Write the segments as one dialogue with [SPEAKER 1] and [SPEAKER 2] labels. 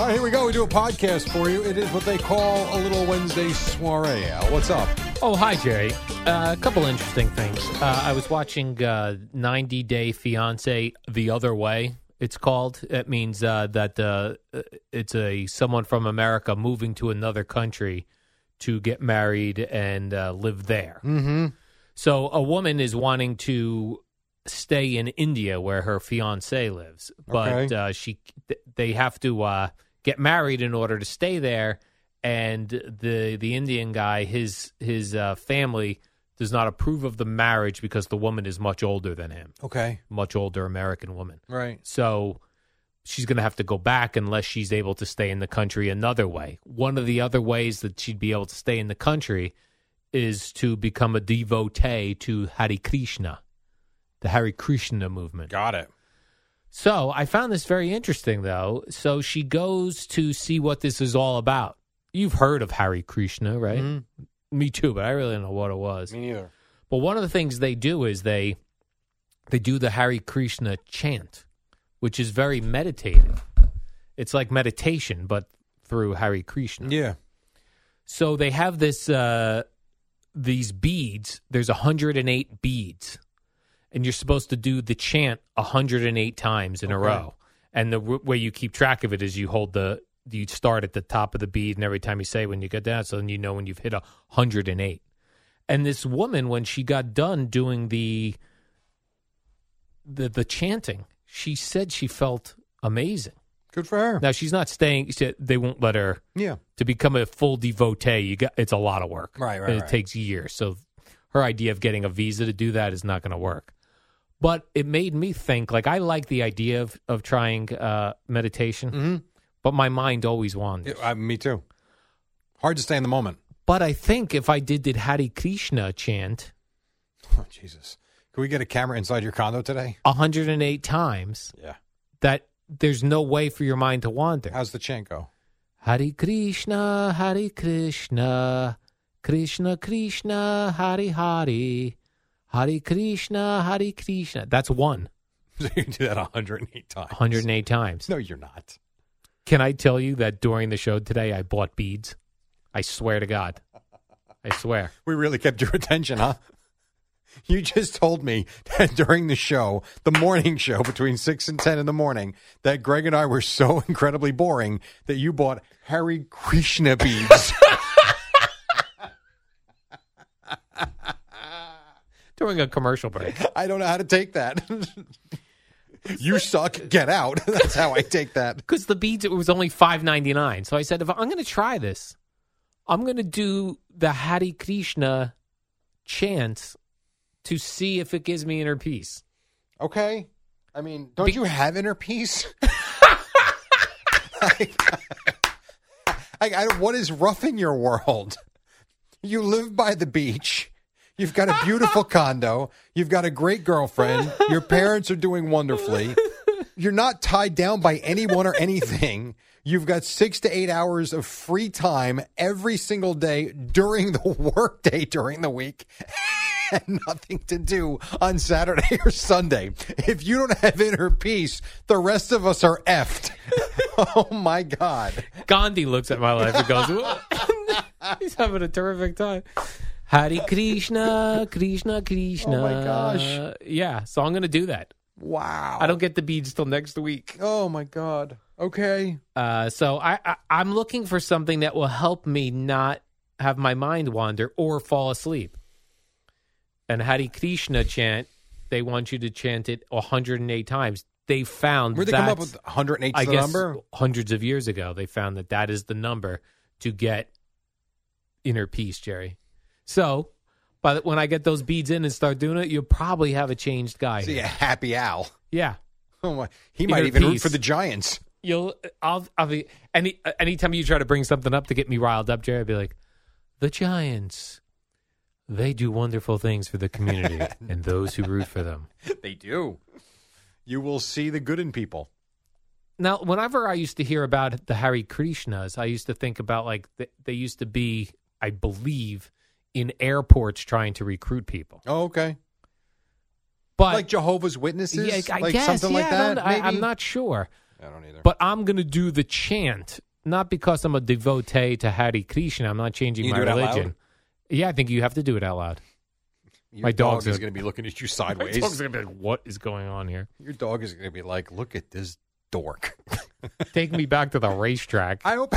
[SPEAKER 1] All right, here we go. We do a podcast for you. It is what they call a little Wednesday soiree. Al, what's up?
[SPEAKER 2] Oh, hi, Jerry. Uh, a couple interesting things. Uh, I was watching uh, 90 Day Fiance The Other Way. It's called. It means uh, that uh, it's a someone from America moving to another country to get married and uh, live there.
[SPEAKER 3] Mm-hmm.
[SPEAKER 2] So a woman is wanting to stay in India where her fiance lives, but
[SPEAKER 1] Okay.
[SPEAKER 2] uh, she th- they have to uh, get married in order to stay there. And the the Indian guy, his his uh, family does not approve of the marriage because the woman is much older than him,
[SPEAKER 1] Okay.
[SPEAKER 2] much older American woman.
[SPEAKER 1] Right.
[SPEAKER 2] So she's going to have to go back unless she's able to stay in the country another way. One of the other ways that she'd be able to stay in the country is to become a devotee to Hare Krishna, the Hare Krishna movement.
[SPEAKER 1] Got it.
[SPEAKER 2] So I found this very interesting, though. So she goes to see what this is all about. You've heard of Hare Krishna, right? Me too, but I really don't know what it was.
[SPEAKER 1] Me neither.
[SPEAKER 2] But one of the things they do is they they do the Hare Krishna chant, which is very meditative. It's like meditation, but through Hare Krishna.
[SPEAKER 1] Yeah.
[SPEAKER 2] So they have this uh, these beads. There's 108 beads, and you're supposed to do the chant 108 times in a
[SPEAKER 1] Okay.
[SPEAKER 2] row. And the w- way you keep track of it is you hold the you start at the top of the bead, and every time you say when you get down, so then you know when you've hit 108. And this woman, when she got done doing the the the chanting, she said she felt amazing.
[SPEAKER 1] Good for her.
[SPEAKER 2] Now she's not staying; she- they won't let her
[SPEAKER 1] yeah.
[SPEAKER 2] to become a full devotee, you got it's a lot of work.
[SPEAKER 1] Right, right,
[SPEAKER 2] And it
[SPEAKER 1] right.
[SPEAKER 2] takes years. So her idea of getting a visa to do that is not going to work. But it made me think. Like I like the idea of of trying uh, meditation,
[SPEAKER 1] Mm-hmm.
[SPEAKER 2] but my mind always wanders.
[SPEAKER 1] Yeah, I- me too. Hard to stay in the moment.
[SPEAKER 2] But I think if I did the Hare Krishna chant
[SPEAKER 1] Oh, Jesus. Can we get a camera inside your condo today?
[SPEAKER 2] 108 times,
[SPEAKER 1] Yeah.
[SPEAKER 2] that there's no way for your mind to wander.
[SPEAKER 1] How's the chant go?
[SPEAKER 2] Hare Krishna, Hare Krishna, Krishna Krishna, Hare Hare, Hare Krishna, Hare Krishna. That's one,
[SPEAKER 1] So you do that 108 times.
[SPEAKER 2] 108 times.
[SPEAKER 1] No, you're not.
[SPEAKER 2] Can I tell you that during the show today, I bought beads? I swear to God. I swear.
[SPEAKER 1] We really kept your attention, huh? You just told me that during the show, the morning show between 6 and 10 in the morning, that Greg and I were so incredibly boring that you bought Harry Krishna beads.
[SPEAKER 2] During a commercial break.
[SPEAKER 1] I don't know how to take that. you suck. Get out. That's how I take that.
[SPEAKER 2] Because the beads, it was only five ninety nine. So I said, if I'm going to try this, I'm going to do the Hare Krishna chant to see if it gives me inner peace.
[SPEAKER 1] Okay. I mean, don't
[SPEAKER 2] Be-
[SPEAKER 1] you have inner peace? Like, I, I, what is rough in your world? You live by the beach. You've got a beautiful condo. You've got a great girlfriend. Your parents are doing wonderfully. You're not tied down by anyone or anything. You've got six to eight hours of free time every single day during the workday during the week and nothing to do on Saturday or Sunday. If you don't have inner peace, the rest of us are effed. oh my God.
[SPEAKER 2] Gandhi looks at my life and goes, "Whoa." he's having a terrific time. Hari Krishna, Krishna, Krishna.
[SPEAKER 1] Oh, my gosh.
[SPEAKER 2] Yeah, so I'm going to do that.
[SPEAKER 1] Wow.
[SPEAKER 2] I don't get the beads till next week.
[SPEAKER 1] Oh my God. Okay.
[SPEAKER 2] Uh, so I, I, I'm looking for something that will help me not have my mind wander or fall asleep. And Hari Krishna chant, they want you to chant it 108 times. They found
[SPEAKER 1] Where'd they come up
[SPEAKER 2] that's-
[SPEAKER 1] with 108
[SPEAKER 2] I
[SPEAKER 1] the
[SPEAKER 2] guess
[SPEAKER 1] number?
[SPEAKER 2] hundreds of years ago, they found that that is the number to get inner peace, Jerry. So, but when I get those beads in and start doing it, you'll probably have a changed guy.
[SPEAKER 1] See
[SPEAKER 2] here.
[SPEAKER 1] a happy owl.
[SPEAKER 2] yeah.
[SPEAKER 1] Oh my! He
[SPEAKER 2] Inner
[SPEAKER 1] might even root
[SPEAKER 2] peace.
[SPEAKER 1] for the Giants.
[SPEAKER 2] You'll, I'll, I'll be, any, anytime you try to bring something up to get me riled up, Jerry, I'll be like, the Giants, they do wonderful things for the community and those who root for them.
[SPEAKER 1] They do. You will see the good in people.
[SPEAKER 2] Now, whenever I used to hear about the Hare Krishnas, I used to think about like th- they used to be, I believe, in airports trying to recruit people.
[SPEAKER 1] Oh, okay.
[SPEAKER 2] But
[SPEAKER 1] like Jehovah's Witnesses.
[SPEAKER 2] yeah, I
[SPEAKER 1] like
[SPEAKER 2] guess
[SPEAKER 1] something
[SPEAKER 2] yeah,
[SPEAKER 1] like
[SPEAKER 2] I
[SPEAKER 1] that.
[SPEAKER 2] don't- I
[SPEAKER 1] maybe?
[SPEAKER 2] am not sure,
[SPEAKER 1] I don't either.
[SPEAKER 2] but I'm going to do the chant not because I'm a devotee to Hare Krishna. I'm not changing
[SPEAKER 1] You
[SPEAKER 2] my
[SPEAKER 1] do it out
[SPEAKER 2] religion.
[SPEAKER 1] loud?
[SPEAKER 2] Yeah, I think you have to do it out loud.
[SPEAKER 1] Your
[SPEAKER 2] my
[SPEAKER 1] dog
[SPEAKER 2] dog's
[SPEAKER 1] is
[SPEAKER 2] a-
[SPEAKER 1] going to be looking at you
[SPEAKER 2] My
[SPEAKER 1] sideways.
[SPEAKER 2] dog's gonna be like, "What is going on here?"
[SPEAKER 1] Your dog is going to be like, "Look at this dork."
[SPEAKER 2] Take me back to the racetrack.
[SPEAKER 1] I hope.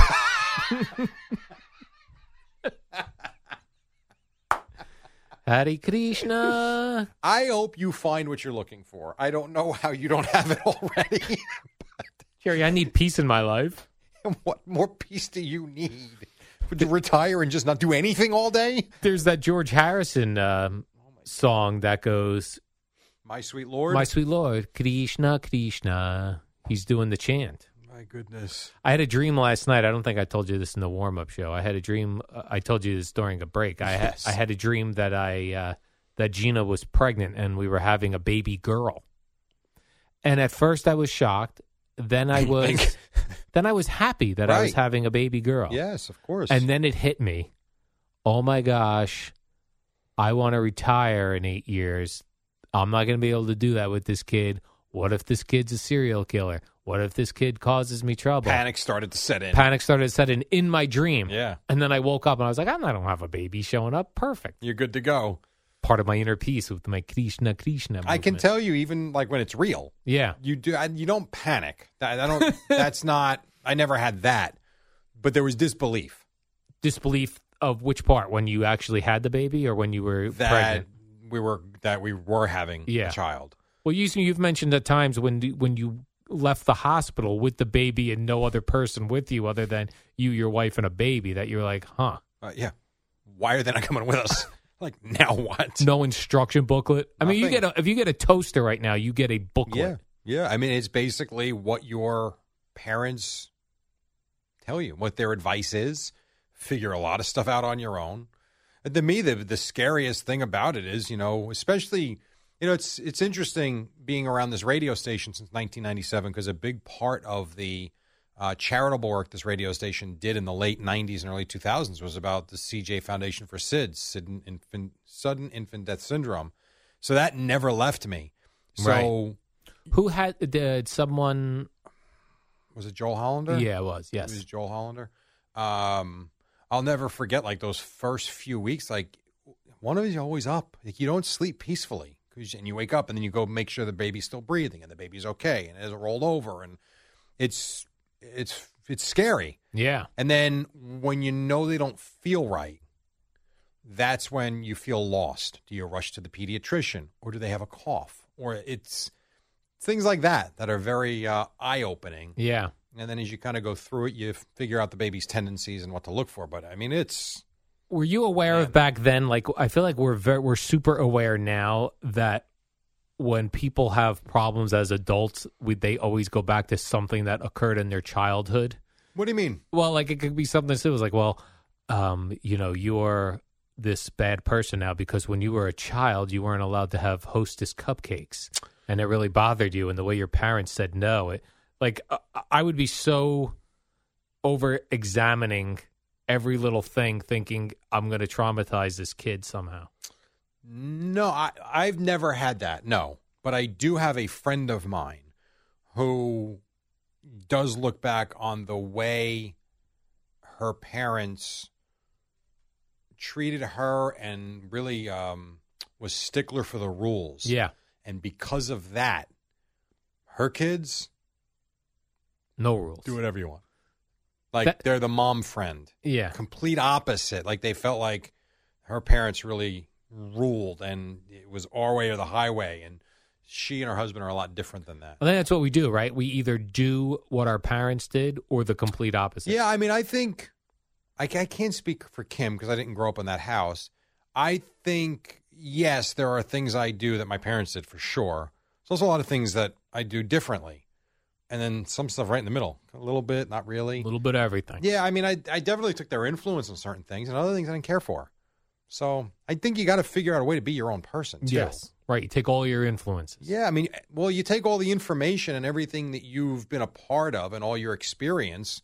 [SPEAKER 2] Hare Krishna.
[SPEAKER 1] I hope you find what you're looking for. I don't know how you don't have it already.
[SPEAKER 2] Jerry, I need peace in my life.
[SPEAKER 1] what more peace do you need? To retire and just not do anything all day?
[SPEAKER 2] There's that George Harrison um, song that goes,
[SPEAKER 1] My sweet lord.
[SPEAKER 2] My sweet Lord, Krishna, Krishna. He's doing the chant.
[SPEAKER 1] My goodness.
[SPEAKER 2] I had a dream last night. I don't think I told you this in the warm up show. I had a dream. Uh, I told you this during a break. I, ha-
[SPEAKER 1] Yes.
[SPEAKER 2] I had a dream that I uh, that Gina was pregnant and we were having a baby girl. And at first, I was shocked. Then I was then I was happy that I was
[SPEAKER 1] Right.
[SPEAKER 2] having a baby girl.
[SPEAKER 1] Yes, of course.
[SPEAKER 2] Oh. And then it hit me. Oh my gosh. I want to retire in eight years. I'm not going to be able to do that with this kid. What if this kid's a serial killer? What if this kid causes me trouble?
[SPEAKER 1] panic started to set in.
[SPEAKER 2] Panic started setting in my dream.
[SPEAKER 1] Yeah.
[SPEAKER 2] And then I woke up and I was like, I'm not, I don't have a baby showing up. Perfect.
[SPEAKER 1] You're good to go.
[SPEAKER 2] Part of my inner peace with my Krishna Krishna.
[SPEAKER 1] I can
[SPEAKER 2] movement.
[SPEAKER 1] tell you, even like when it's real,
[SPEAKER 2] Yeah.
[SPEAKER 1] you do. I, you don't panic. I, I don't. that's not. I never had that. But there was disbelief
[SPEAKER 2] Disbelief of which part? When you actually had the baby or when you were
[SPEAKER 1] that
[SPEAKER 2] pregnant?
[SPEAKER 1] we were that we were having
[SPEAKER 2] Yeah.
[SPEAKER 1] a child.
[SPEAKER 2] Well, you, you've mentioned at times when when you left the hospital with the baby and no other person with you other than you, your wife, and a baby, that you're like, huh,
[SPEAKER 1] Uh, yeah. Why are they not coming with us? like now what?
[SPEAKER 2] no instruction booklet. I mean, you
[SPEAKER 1] Nothing.
[SPEAKER 2] get a, if you get a toaster right now, you get a booklet.
[SPEAKER 1] Yeah. Yeah. I mean, it's basically what your parents tell you, what their advice is. Figure a lot of stuff out on your own. And to me, the the scariest thing about it is, you know, especially, you know, it's it's interesting being around this radio station since 1997 because a big part of the uh, charitable work this radio station did in the late 90s and early 2000s was about the CJ Foundation for SIDS, sudden infant, sudden infant death syndrome. So that never left me. So
[SPEAKER 2] Who had did someone?
[SPEAKER 1] was it Joel Hollander?
[SPEAKER 2] Yeah, it was yes.
[SPEAKER 1] It was Joel Hollander. Um, I'll never forget like those first few weeks. Like one of you's always up. Like you don't sleep peacefully, 'cause- and you wake up and then you go make sure the baby's still breathing and the baby's okay and it hasn't rolled over and it's it's it's scary.
[SPEAKER 2] yeah,
[SPEAKER 1] And then when you know they don't feel right, that's when you feel lost. Do you rush to the pediatrician or do they have a cough or it's things like that that are very uh, eye opening.
[SPEAKER 2] yeah.
[SPEAKER 1] And then as you kind of go through it, you f- figure out the baby's tendencies and what to look for. But I mean, it's
[SPEAKER 2] Were you aware of back then? Like, I feel like we're very, we're super aware now that when people have problems as adults, we, they always go back to something that occurred in their childhood.
[SPEAKER 1] what do you mean?
[SPEAKER 2] Well, like it could be something that was like, well, um, you know, you're this bad person now because when you were a child, you weren't allowed to have Hostess cupcakes, and it really bothered you, and the way your parents said no. It, like uh, I would be so over examining every little thing, thinking I'm going to traumatize this kid somehow.
[SPEAKER 1] No, I, I've never had that. No, but I do have a friend of mine who does look back on the way her parents treated her and really um, was stickler for the rules.
[SPEAKER 2] Yeah,
[SPEAKER 1] and because of that, her kids
[SPEAKER 2] no rules.
[SPEAKER 1] do whatever you want. Like
[SPEAKER 2] That-
[SPEAKER 1] they're the mom friend.
[SPEAKER 2] Yeah,
[SPEAKER 1] complete opposite. Like they felt like her parents really ruled, and it was our way or the highway. And she and her husband are a lot different than that.
[SPEAKER 2] well, then that's what we do, right? We either do what our parents did or the complete opposite.
[SPEAKER 1] Yeah, I mean, I think I, ca- I can't speak for Kim because I didn't grow up in that house. I think yes, there are things I do that my parents did for sure. There's also a lot of things that I do differently, and then some stuff right in the middle, a little bit, not really.
[SPEAKER 2] a little bit of everything.
[SPEAKER 1] Yeah, I mean, I, I definitely took their influence on certain things and other things I didn't care for. So I think you got to figure out a way to be your own person, too.
[SPEAKER 2] Yes, right. You take all your influences.
[SPEAKER 1] Yeah, I mean, well, you take all the information and everything that you've been a part of and all your experience,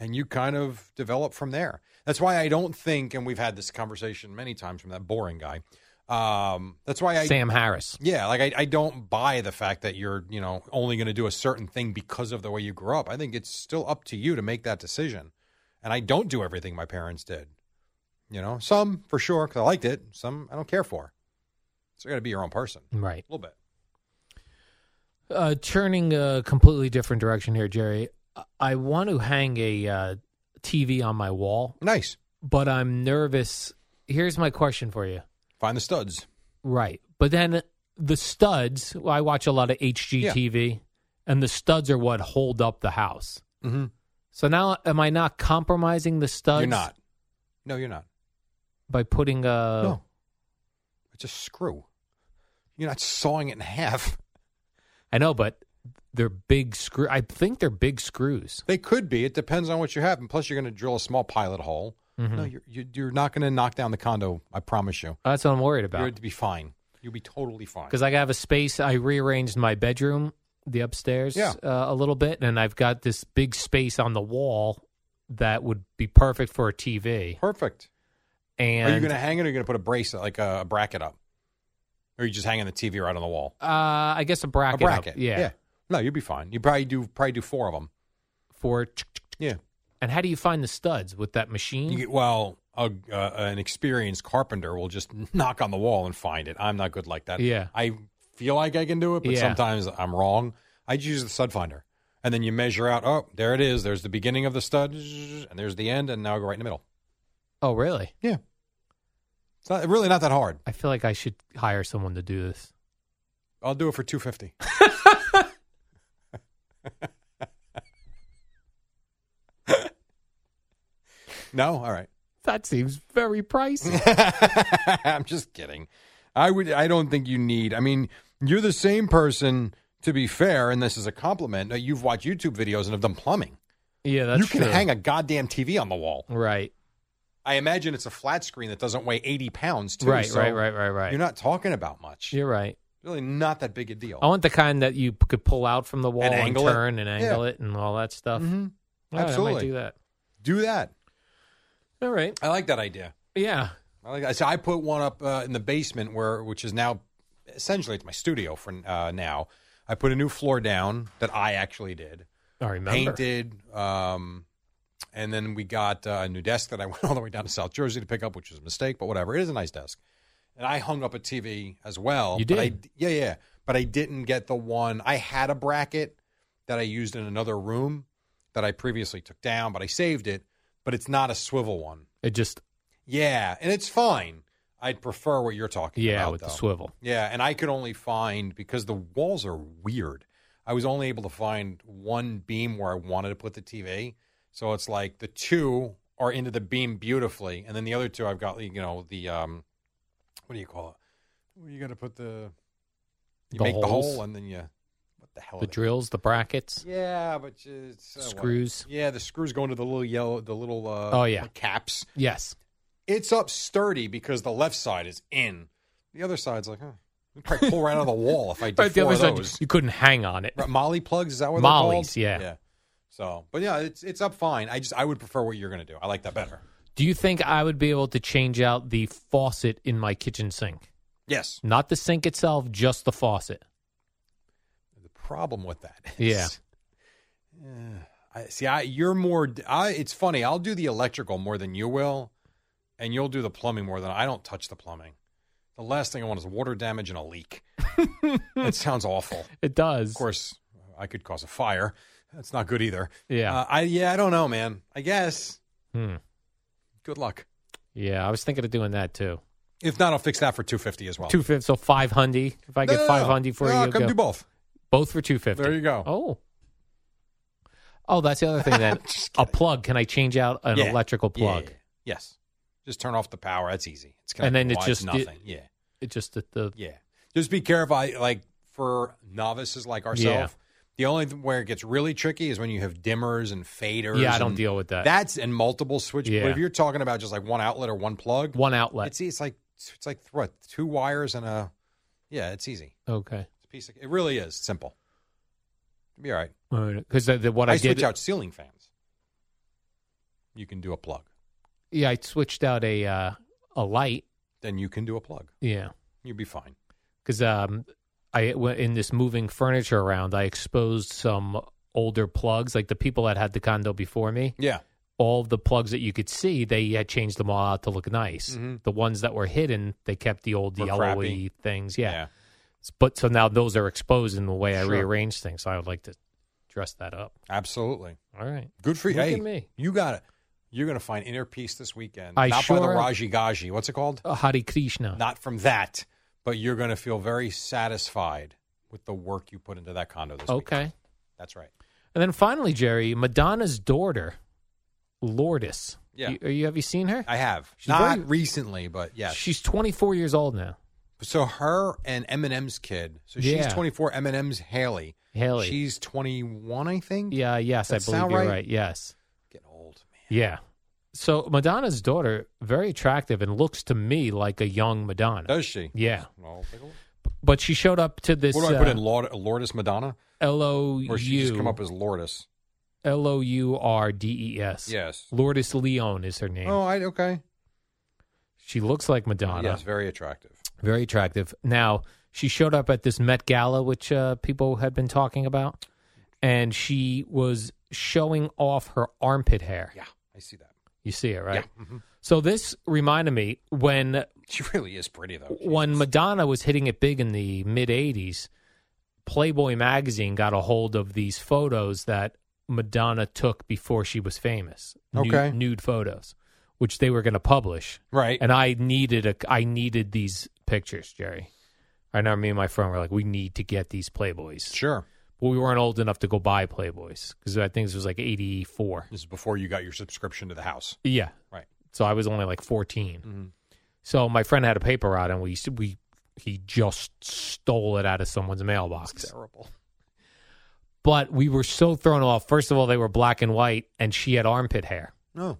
[SPEAKER 1] and you kind of develop from there. That's why I don't think, and we've had this conversation many times from that boring guy. Um, that's why I
[SPEAKER 2] Sam Harris.
[SPEAKER 1] yeah, like I, I don't buy the fact that you're, you know, only going to do a certain thing because of the way you grew up. I think it's still up to you to make that decision. And I don't do everything my parents did. You know, some for sure because I liked it. Some I don't care for. So you got to be your own person
[SPEAKER 2] Right.
[SPEAKER 1] a little bit.
[SPEAKER 2] Uh, turning a completely different direction here, Jerry. I- I want to hang a uh, TV on my wall,
[SPEAKER 1] Nice.
[SPEAKER 2] but I'm nervous. Here's my question for you.
[SPEAKER 1] Find the studs.
[SPEAKER 2] Right. But then the studs, well, I watch a lot of HGTV, and the studs are what hold up the house.
[SPEAKER 1] Mm-hmm.
[SPEAKER 2] So now, am I not compromising the studs?
[SPEAKER 1] You're not. No, you're not.
[SPEAKER 2] By putting a.
[SPEAKER 1] no. It's a screw. You're not sawing it in half.
[SPEAKER 2] I know, but they're big screw. I think they're big screws.
[SPEAKER 1] They could be. It depends on what you have. And plus, you're going to drill a small pilot hole.
[SPEAKER 2] Mm-hmm.
[SPEAKER 1] No, you're, you're you're not going to knock down the condo. I promise you.
[SPEAKER 2] That's what I'm worried
[SPEAKER 1] You're
[SPEAKER 2] about.
[SPEAKER 1] to be fine. You'll be totally fine.
[SPEAKER 2] Because I have a space. I rearranged my bedroom, the upstairs,
[SPEAKER 1] Yeah.
[SPEAKER 2] uh, a little bit, and I've got this big space on the wall that would be perfect for a TV.
[SPEAKER 1] Perfect.
[SPEAKER 2] And
[SPEAKER 1] are you going to hang it or are you going to put a brace, like a, a bracket up? Or are you just hanging the TV right on the wall?
[SPEAKER 2] Uh, I guess a bracket.
[SPEAKER 1] a
[SPEAKER 2] up.
[SPEAKER 1] bracket.
[SPEAKER 2] Yeah.
[SPEAKER 1] No, you'll be fine. You probably do probably do four of them.
[SPEAKER 2] For
[SPEAKER 1] Yeah.
[SPEAKER 2] And how do you find the studs with that machine?
[SPEAKER 1] You get, well, a, uh, an experienced carpenter will just knock on the wall and find it. I'm not good like that.
[SPEAKER 2] Yeah.
[SPEAKER 1] I feel like I can do it, but
[SPEAKER 2] Yeah.
[SPEAKER 1] sometimes I'm wrong. I just use the stud finder. And then you measure out, oh, there it is. There's the beginning of the stud, and there's the end, and now I go right in the middle.
[SPEAKER 2] oh, really?
[SPEAKER 1] Yeah. It's not, really not that hard.
[SPEAKER 2] I feel like I should hire someone to do this.
[SPEAKER 1] I'll do it for 250. no, all right.
[SPEAKER 2] That seems very pricey.
[SPEAKER 1] I'm just kidding. I would I don't think you need. I mean, you're the same person to be fair and this is a compliment. that You've watched YouTube videos and have done plumbing.
[SPEAKER 2] yeah, that's
[SPEAKER 1] you can
[SPEAKER 2] true.
[SPEAKER 1] hang a goddamn TV on the wall.
[SPEAKER 2] right,
[SPEAKER 1] I imagine it's a flat screen that doesn't weigh 80 pounds too.
[SPEAKER 2] right,
[SPEAKER 1] so
[SPEAKER 2] right, right, right, right.
[SPEAKER 1] You're not talking about much.
[SPEAKER 2] You're right.
[SPEAKER 1] really not that big a deal.
[SPEAKER 2] I want the kind that you p- could pull out from the wall
[SPEAKER 1] And
[SPEAKER 2] and,
[SPEAKER 1] angle it.
[SPEAKER 2] turn and
[SPEAKER 1] Yeah.
[SPEAKER 2] angle it and all that stuff.
[SPEAKER 1] Mhm.
[SPEAKER 2] All right, I might
[SPEAKER 1] Absolutely.
[SPEAKER 2] do that.
[SPEAKER 1] Do that.
[SPEAKER 2] All right.
[SPEAKER 1] I like that idea.
[SPEAKER 2] Yeah.
[SPEAKER 1] I like that. So I put one up uh, in the basement where, which is now essentially it's my studio for uh, now. I put a new floor down that I actually did,
[SPEAKER 2] I remember.
[SPEAKER 1] painted, um, and then we got uh, a new desk that I went all the way down to South Jersey to pick up, which was a mistake, but whatever. It is a nice desk, and I hung up a TV as well.
[SPEAKER 2] You
[SPEAKER 1] but I-
[SPEAKER 2] did?
[SPEAKER 1] yeah, yeah. But I didn't get the one. I had a bracket that I used in another room that I previously took down, but I saved it. But it's not a swivel one.
[SPEAKER 2] It just
[SPEAKER 1] Yeah, and it's fine. I'd prefer what you're talking
[SPEAKER 2] yeah
[SPEAKER 1] about.
[SPEAKER 2] with the
[SPEAKER 1] though.
[SPEAKER 2] swivel.
[SPEAKER 1] Yeah, and I could only find because the walls are weird. I was only able to find one beam where I wanted to put the TV. So it's like the two are into the beam beautifully, and then the other two I've got you know the um, what do you call it? Well, you got to put the you
[SPEAKER 2] The
[SPEAKER 1] make the
[SPEAKER 2] holes?
[SPEAKER 1] hole and then you what the hell?
[SPEAKER 2] The
[SPEAKER 1] are they-
[SPEAKER 2] drills, the brackets.
[SPEAKER 1] Yeah, but it's, uh, what-
[SPEAKER 2] Screws.
[SPEAKER 1] Yeah, the screws go into the little yellow, the little uh,
[SPEAKER 2] Oh, yeah.
[SPEAKER 1] caps
[SPEAKER 2] Yes.
[SPEAKER 1] it's up sturdy because the left side is in. The other side's like, huh, it'd probably pull right out of the wall if I did
[SPEAKER 2] Right, the
[SPEAKER 1] four
[SPEAKER 2] other
[SPEAKER 1] of
[SPEAKER 2] side,
[SPEAKER 1] those.
[SPEAKER 2] you couldn't hang on it.
[SPEAKER 1] Right, Molly plugs, is that what
[SPEAKER 2] Mollies,
[SPEAKER 1] they're
[SPEAKER 2] yeah.
[SPEAKER 1] called? Yeah. So, but yeah, it's it's up fine. I just I would prefer what you're going to do. I like that better.
[SPEAKER 2] Do you think I would be able to change out the faucet in my kitchen sink?
[SPEAKER 1] Yes.
[SPEAKER 2] Not the sink itself, just the faucet.
[SPEAKER 1] The problem with that. Is,
[SPEAKER 2] Yeah.
[SPEAKER 1] Yeah. I see. I you're more. I it's funny. I'll do the electrical more than you will, and you'll do the plumbing more than I don't touch the plumbing. The last thing I want is water damage and a leak. that sounds awful.
[SPEAKER 2] It does.
[SPEAKER 1] Of course, I could cause a fire. That's not good either.
[SPEAKER 2] Yeah.
[SPEAKER 1] Uh, I yeah. I don't know, man. I guess.
[SPEAKER 2] Hmm.
[SPEAKER 1] Good luck.
[SPEAKER 2] Yeah, I was thinking of doing that too.
[SPEAKER 1] If not, I'll fix that for two fifty as well.
[SPEAKER 2] Two fifty, so five hundred. If I
[SPEAKER 1] No,
[SPEAKER 2] get
[SPEAKER 1] no, no.
[SPEAKER 2] five hundred for
[SPEAKER 1] No,
[SPEAKER 2] you,
[SPEAKER 1] Come
[SPEAKER 2] go-
[SPEAKER 1] do both.
[SPEAKER 2] both for two fifty.
[SPEAKER 1] There you go.
[SPEAKER 2] Oh, oh, that's the other thing. Then a plug. Can I change out an
[SPEAKER 1] Yeah.
[SPEAKER 2] electrical
[SPEAKER 1] Yeah, yeah,
[SPEAKER 2] plug?
[SPEAKER 1] yeah. Yes. Just turn off the power. That's easy. It's
[SPEAKER 2] And then
[SPEAKER 1] connected
[SPEAKER 2] it
[SPEAKER 1] wise,
[SPEAKER 2] just-
[SPEAKER 1] nothing. yeah.
[SPEAKER 2] It just that the
[SPEAKER 1] Yeah. Just be careful. I, like for novices like ourselves, the only th- where it gets really tricky is when you have dimmers and faders.
[SPEAKER 2] yeah, I don't
[SPEAKER 1] and
[SPEAKER 2] deal with that.
[SPEAKER 1] That's and multiple switch.
[SPEAKER 2] Yeah.
[SPEAKER 1] But if you're talking about just like one outlet or one plug,
[SPEAKER 2] One outlet.
[SPEAKER 1] it's it's like it's like what two wires and a yeah. It's easy.
[SPEAKER 2] okay,
[SPEAKER 1] It's a piece. Of, it really is simple. It'll be all right.
[SPEAKER 2] because the, the, what I,
[SPEAKER 1] I,
[SPEAKER 2] did,
[SPEAKER 1] switch out ceiling fans. You can do a plug.
[SPEAKER 2] yeah, I switched out a uh, a light.
[SPEAKER 1] Then you can do a plug.
[SPEAKER 2] Yeah,
[SPEAKER 1] You'll be fine.
[SPEAKER 2] because um, I went in this moving furniture around. I exposed some older plugs, like the people that had the condo before me.
[SPEAKER 1] Yeah.
[SPEAKER 2] all of the plugs that you could see, they had changed them all out to look nice. The ones that were hidden, they kept the old
[SPEAKER 1] Mm-hmm. Were
[SPEAKER 2] yellowy
[SPEAKER 1] crappy.
[SPEAKER 2] things. Yeah. But so now those are exposed in the way I
[SPEAKER 1] Sure.
[SPEAKER 2] rearrange things. So I would like to dress that up.
[SPEAKER 1] Absolutely.
[SPEAKER 2] All right.
[SPEAKER 1] Good for you.
[SPEAKER 2] Look
[SPEAKER 1] hey,
[SPEAKER 2] at me.
[SPEAKER 1] You got it. You're going to find inner peace this weekend.
[SPEAKER 2] I
[SPEAKER 1] Not by the
[SPEAKER 2] sure am.
[SPEAKER 1] Raji Gaji. What's it called?
[SPEAKER 2] Uh, Hare Krishna.
[SPEAKER 1] Not from that, but you're going to feel very satisfied with the work you put into that condo this weekend.
[SPEAKER 2] okay.
[SPEAKER 1] That's right.
[SPEAKER 2] And then finally, Jerry, Madonna's daughter, Lourdes.
[SPEAKER 1] Yeah.
[SPEAKER 2] You, are you, have you seen her?
[SPEAKER 1] I have.
[SPEAKER 2] She's
[SPEAKER 1] Not
[SPEAKER 2] very-
[SPEAKER 1] recently, but yes.
[SPEAKER 2] She's 24 years old now.
[SPEAKER 1] so her and Eminem's kid. So
[SPEAKER 2] Yeah.
[SPEAKER 1] she's 24. Eminem's Haley.
[SPEAKER 2] Haley.
[SPEAKER 1] She's 21, I think.
[SPEAKER 2] yeah, yes, I
[SPEAKER 1] That
[SPEAKER 2] believe
[SPEAKER 1] sound
[SPEAKER 2] you're
[SPEAKER 1] right?
[SPEAKER 2] right. Yes.
[SPEAKER 1] Getting old, man.
[SPEAKER 2] Yeah. So Madonna's daughter, very attractive and looks to me like a young Madonna.
[SPEAKER 1] Does she?
[SPEAKER 2] yeah.
[SPEAKER 1] Well, take a look.
[SPEAKER 2] But she showed up to this uh,
[SPEAKER 1] what do I put in Lord, Lourdes Madonna? Or she just come
[SPEAKER 2] L-O-U,
[SPEAKER 1] up as Lourdes?
[SPEAKER 2] L-O-U-R-D-E-S.
[SPEAKER 1] Yes.
[SPEAKER 2] Lourdes Leon is her name.
[SPEAKER 1] Oh, I okay.
[SPEAKER 2] She looks like Madonna.
[SPEAKER 1] Yes, very attractive.
[SPEAKER 2] Very attractive. Now, she showed up at this Met Gala, which uh, people had been talking about, and she was showing off her armpit hair.
[SPEAKER 1] Yeah, I see that. mm-hmm.
[SPEAKER 2] You see it, right? So this reminded me when
[SPEAKER 1] She really is pretty though.
[SPEAKER 2] when Madonna was hitting it big in the mid 80s, Playboy magazine got a hold of these photos that Madonna took before she was famous. Nude-
[SPEAKER 1] Okay.
[SPEAKER 2] Nude, photos, which they were going to publish.
[SPEAKER 1] Right.
[SPEAKER 2] And I needed a I needed these pictures, Jerry. I know me and my friend were like, we need to get these Playboys.
[SPEAKER 1] sure.
[SPEAKER 2] But we weren't old enough to go buy Playboys because I think this was like 84.
[SPEAKER 1] This is before you got your subscription to the house.
[SPEAKER 2] Yeah.
[SPEAKER 1] Right.
[SPEAKER 2] So I was only like 14. So my friend had a paper route, and we we he just stole it out of someone's mailbox.
[SPEAKER 1] Terrible.
[SPEAKER 2] But we were so thrown off. First of all, they were black and white, and she had armpit hair.
[SPEAKER 1] No.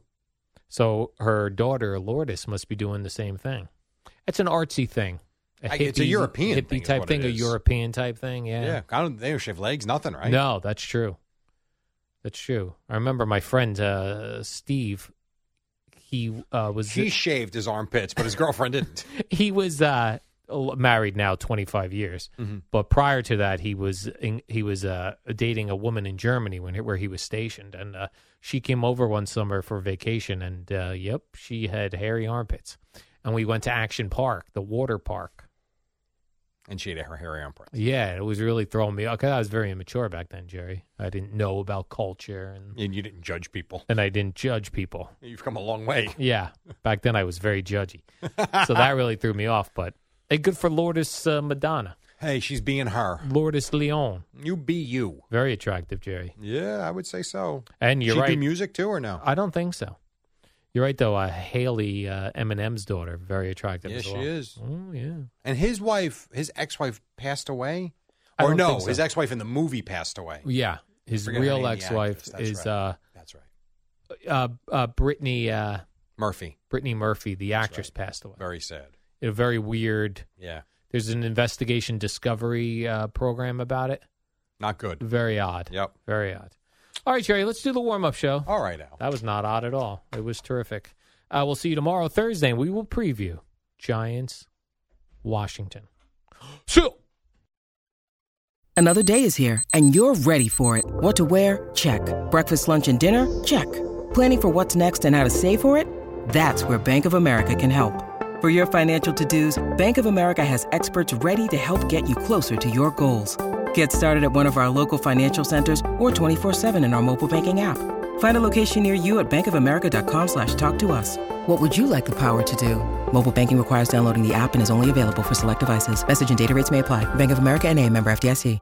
[SPEAKER 2] So her daughter Lourdes must be doing the same thing. It's an artsy thing.
[SPEAKER 1] I- it's a European
[SPEAKER 2] hippie
[SPEAKER 1] thing is
[SPEAKER 2] type
[SPEAKER 1] what
[SPEAKER 2] thing,
[SPEAKER 1] it
[SPEAKER 2] a
[SPEAKER 1] is.
[SPEAKER 2] European type thing. Yeah.
[SPEAKER 1] Yeah. I don't, they don't shave legs, nothing, right?
[SPEAKER 2] No, that's true. That's true. I remember my friend uh, Steve. He uh, was
[SPEAKER 1] She shaved his armpits, but his girlfriend didn't.
[SPEAKER 2] he was uh, l- married now 25 years but prior to that he was in, he was uh, dating a woman in germany when where he was stationed and uh, she came over one summer for vacation and uh, yep she had hairy armpits and we went to action park the water park
[SPEAKER 1] And she had her hairy armpits.
[SPEAKER 2] yeah it was really throwing me okay i was very immature back then jerry i didn't know about culture and
[SPEAKER 1] And you didn't judge people.
[SPEAKER 2] and i didn't judge people
[SPEAKER 1] You've come a long way.
[SPEAKER 2] Yeah, back then I was very judgy, so that really threw me off. But hey, good for Lourdes uh, Madonna.
[SPEAKER 1] Hey, she's being her.
[SPEAKER 2] Lourdes Leon.
[SPEAKER 1] You be you.
[SPEAKER 2] Very attractive, Jerry.
[SPEAKER 1] Yeah, I would say so.
[SPEAKER 2] And you're
[SPEAKER 1] she do
[SPEAKER 2] right.
[SPEAKER 1] music too or no?
[SPEAKER 2] I don't think so. You're right, though. Uh, Haley uh, Eminem's daughter, very attractive.
[SPEAKER 1] yeah,
[SPEAKER 2] as
[SPEAKER 1] she
[SPEAKER 2] well.
[SPEAKER 1] is.
[SPEAKER 2] Oh yeah.
[SPEAKER 1] And his wife, his ex-wife passed away?
[SPEAKER 2] I
[SPEAKER 1] Or
[SPEAKER 2] don't
[SPEAKER 1] no,
[SPEAKER 2] think so.
[SPEAKER 1] his ex-wife in the movie passed away.
[SPEAKER 2] Yeah, his
[SPEAKER 1] Forget her name,
[SPEAKER 2] real
[SPEAKER 1] the
[SPEAKER 2] ex-wife
[SPEAKER 1] actress. That's
[SPEAKER 2] is
[SPEAKER 1] right.
[SPEAKER 2] uh,
[SPEAKER 1] That's right.
[SPEAKER 2] uh, uh, Brittany uh,
[SPEAKER 1] Murphy.
[SPEAKER 2] Brittany Murphy, the actress, passed away.
[SPEAKER 1] Very sad.
[SPEAKER 2] In a very weird.
[SPEAKER 1] Yeah.
[SPEAKER 2] There's an investigation discovery uh, program about it.
[SPEAKER 1] Not good.
[SPEAKER 2] Very odd.
[SPEAKER 1] Yep.
[SPEAKER 2] Very odd. All right, Jerry, let's do the warm up show.
[SPEAKER 4] All right, Al.
[SPEAKER 2] That was not odd at all. It was terrific. Uh, we'll see you tomorrow, Thursday, and we will preview Giants, Washington. So.
[SPEAKER 5] Another day is here, and you're ready for it. What to wear? Check. Breakfast, lunch, and dinner? Check. Planning for what's next and how to save for it? That's where Bank of America can help. For your financial to dos, Bank of America has experts ready to help get you closer to your goals. Get started at one of our local financial centers or 24-7 in our mobile banking app. Find a location near you at bankofamerica.com slash talk to us. What would you like the power to do? Mobile banking requires downloading the app and is only available for select devices. Message and data rates may apply. Bank of America and a member FDIC.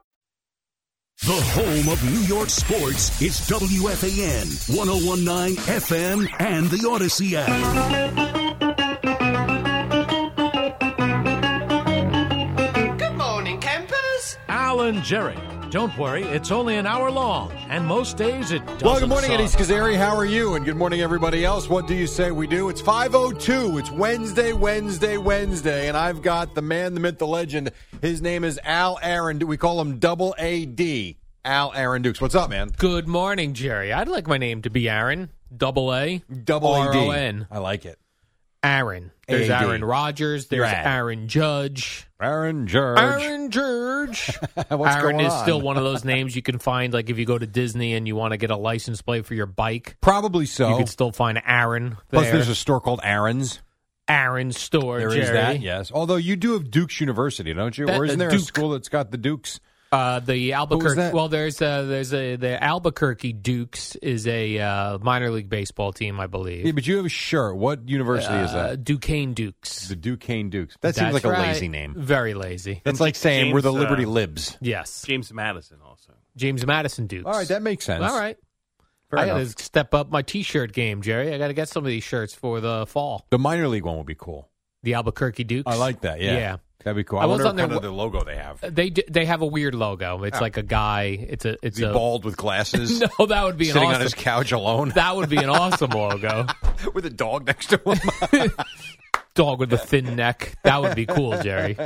[SPEAKER 6] The home of New York sports is WFAN 1019 FM and the Odyssey app.
[SPEAKER 1] Alan Jerry. Don't worry, it's only an hour long, and most days it doesn't
[SPEAKER 4] Well, good morning,
[SPEAKER 1] suck.
[SPEAKER 4] Eddie Scazzeri. How are you? And good morning, everybody else. What do you say we do? It's 5.02. It's Wednesday, Wednesday, Wednesday. And I've got the man, the myth, the legend. His name is Al Aaron. We call him Double A-D. Al Aaron Dukes. What's up, man?
[SPEAKER 2] Good morning, Jerry. I'd like my name to be Aaron. Double A.
[SPEAKER 4] Double A-D.
[SPEAKER 2] R-O-N.
[SPEAKER 4] I like it.
[SPEAKER 2] Aaron. There's
[SPEAKER 4] A-A-D.
[SPEAKER 2] Aaron Rodgers. There's
[SPEAKER 4] Right.
[SPEAKER 2] Aaron Judge.
[SPEAKER 4] Aaron George.
[SPEAKER 2] Aaron Judge.
[SPEAKER 4] What's
[SPEAKER 2] Aaron
[SPEAKER 4] going
[SPEAKER 2] is
[SPEAKER 4] on?
[SPEAKER 2] still one of those names you can find. Like if you go to Disney and you want to get a license plate for your bike,
[SPEAKER 4] Probably so.
[SPEAKER 2] you could still find Aaron
[SPEAKER 4] Plus,
[SPEAKER 2] there.
[SPEAKER 4] there's a store called Aaron's.
[SPEAKER 2] Aaron store,
[SPEAKER 4] There is
[SPEAKER 2] Jerry.
[SPEAKER 4] that, yes. Although you do have Duke's University, don't you?
[SPEAKER 2] That-
[SPEAKER 4] or isn't
[SPEAKER 2] uh,
[SPEAKER 4] there a
[SPEAKER 2] Duke.
[SPEAKER 4] school that's got the Dukes?
[SPEAKER 2] Uh, the Albuquerque.
[SPEAKER 4] that?
[SPEAKER 2] Well, there's a, there's a the Albuquerque Dukes is a uh, minor league baseball team, I believe.
[SPEAKER 4] Yeah, but you have a shirt. What university is
[SPEAKER 2] Uh,
[SPEAKER 4] that?
[SPEAKER 2] Duquesne Dukes.
[SPEAKER 4] The Duquesne Dukes. That seems
[SPEAKER 2] That's
[SPEAKER 4] like a
[SPEAKER 2] right.
[SPEAKER 4] lazy name.
[SPEAKER 2] Very lazy.
[SPEAKER 4] That's like saying
[SPEAKER 7] James,
[SPEAKER 4] we're the
[SPEAKER 7] uh,
[SPEAKER 4] Liberty Libs.
[SPEAKER 2] Yes.
[SPEAKER 7] James Madison also.
[SPEAKER 2] James Madison Dukes.
[SPEAKER 4] All right, that makes sense.
[SPEAKER 2] All right.
[SPEAKER 4] Fair
[SPEAKER 2] I
[SPEAKER 4] enough.
[SPEAKER 2] got to step up my t-shirt game, Jerry. I got to get some of these shirts for the fall.
[SPEAKER 4] The minor league one would be cool.
[SPEAKER 2] The Albuquerque Dukes.
[SPEAKER 4] I like that. Yeah,
[SPEAKER 2] Yeah.
[SPEAKER 4] that'd be cool.
[SPEAKER 2] I
[SPEAKER 4] I,
[SPEAKER 2] was
[SPEAKER 4] wonder what
[SPEAKER 2] on their
[SPEAKER 4] kind of
[SPEAKER 2] wa- Uh,
[SPEAKER 4] the logo they have.
[SPEAKER 2] They d- they have a weird logo. It's
[SPEAKER 4] Oh.
[SPEAKER 2] like a guy. It's a it's
[SPEAKER 4] Is he
[SPEAKER 2] a
[SPEAKER 4] bald with glasses?
[SPEAKER 2] No, that would be an
[SPEAKER 4] sitting
[SPEAKER 2] awesome.
[SPEAKER 4] on his couch alone
[SPEAKER 2] that would be an awesome logo.
[SPEAKER 4] with a dog next to him.
[SPEAKER 2] Dog with a thin neck. That would be cool, Jerry.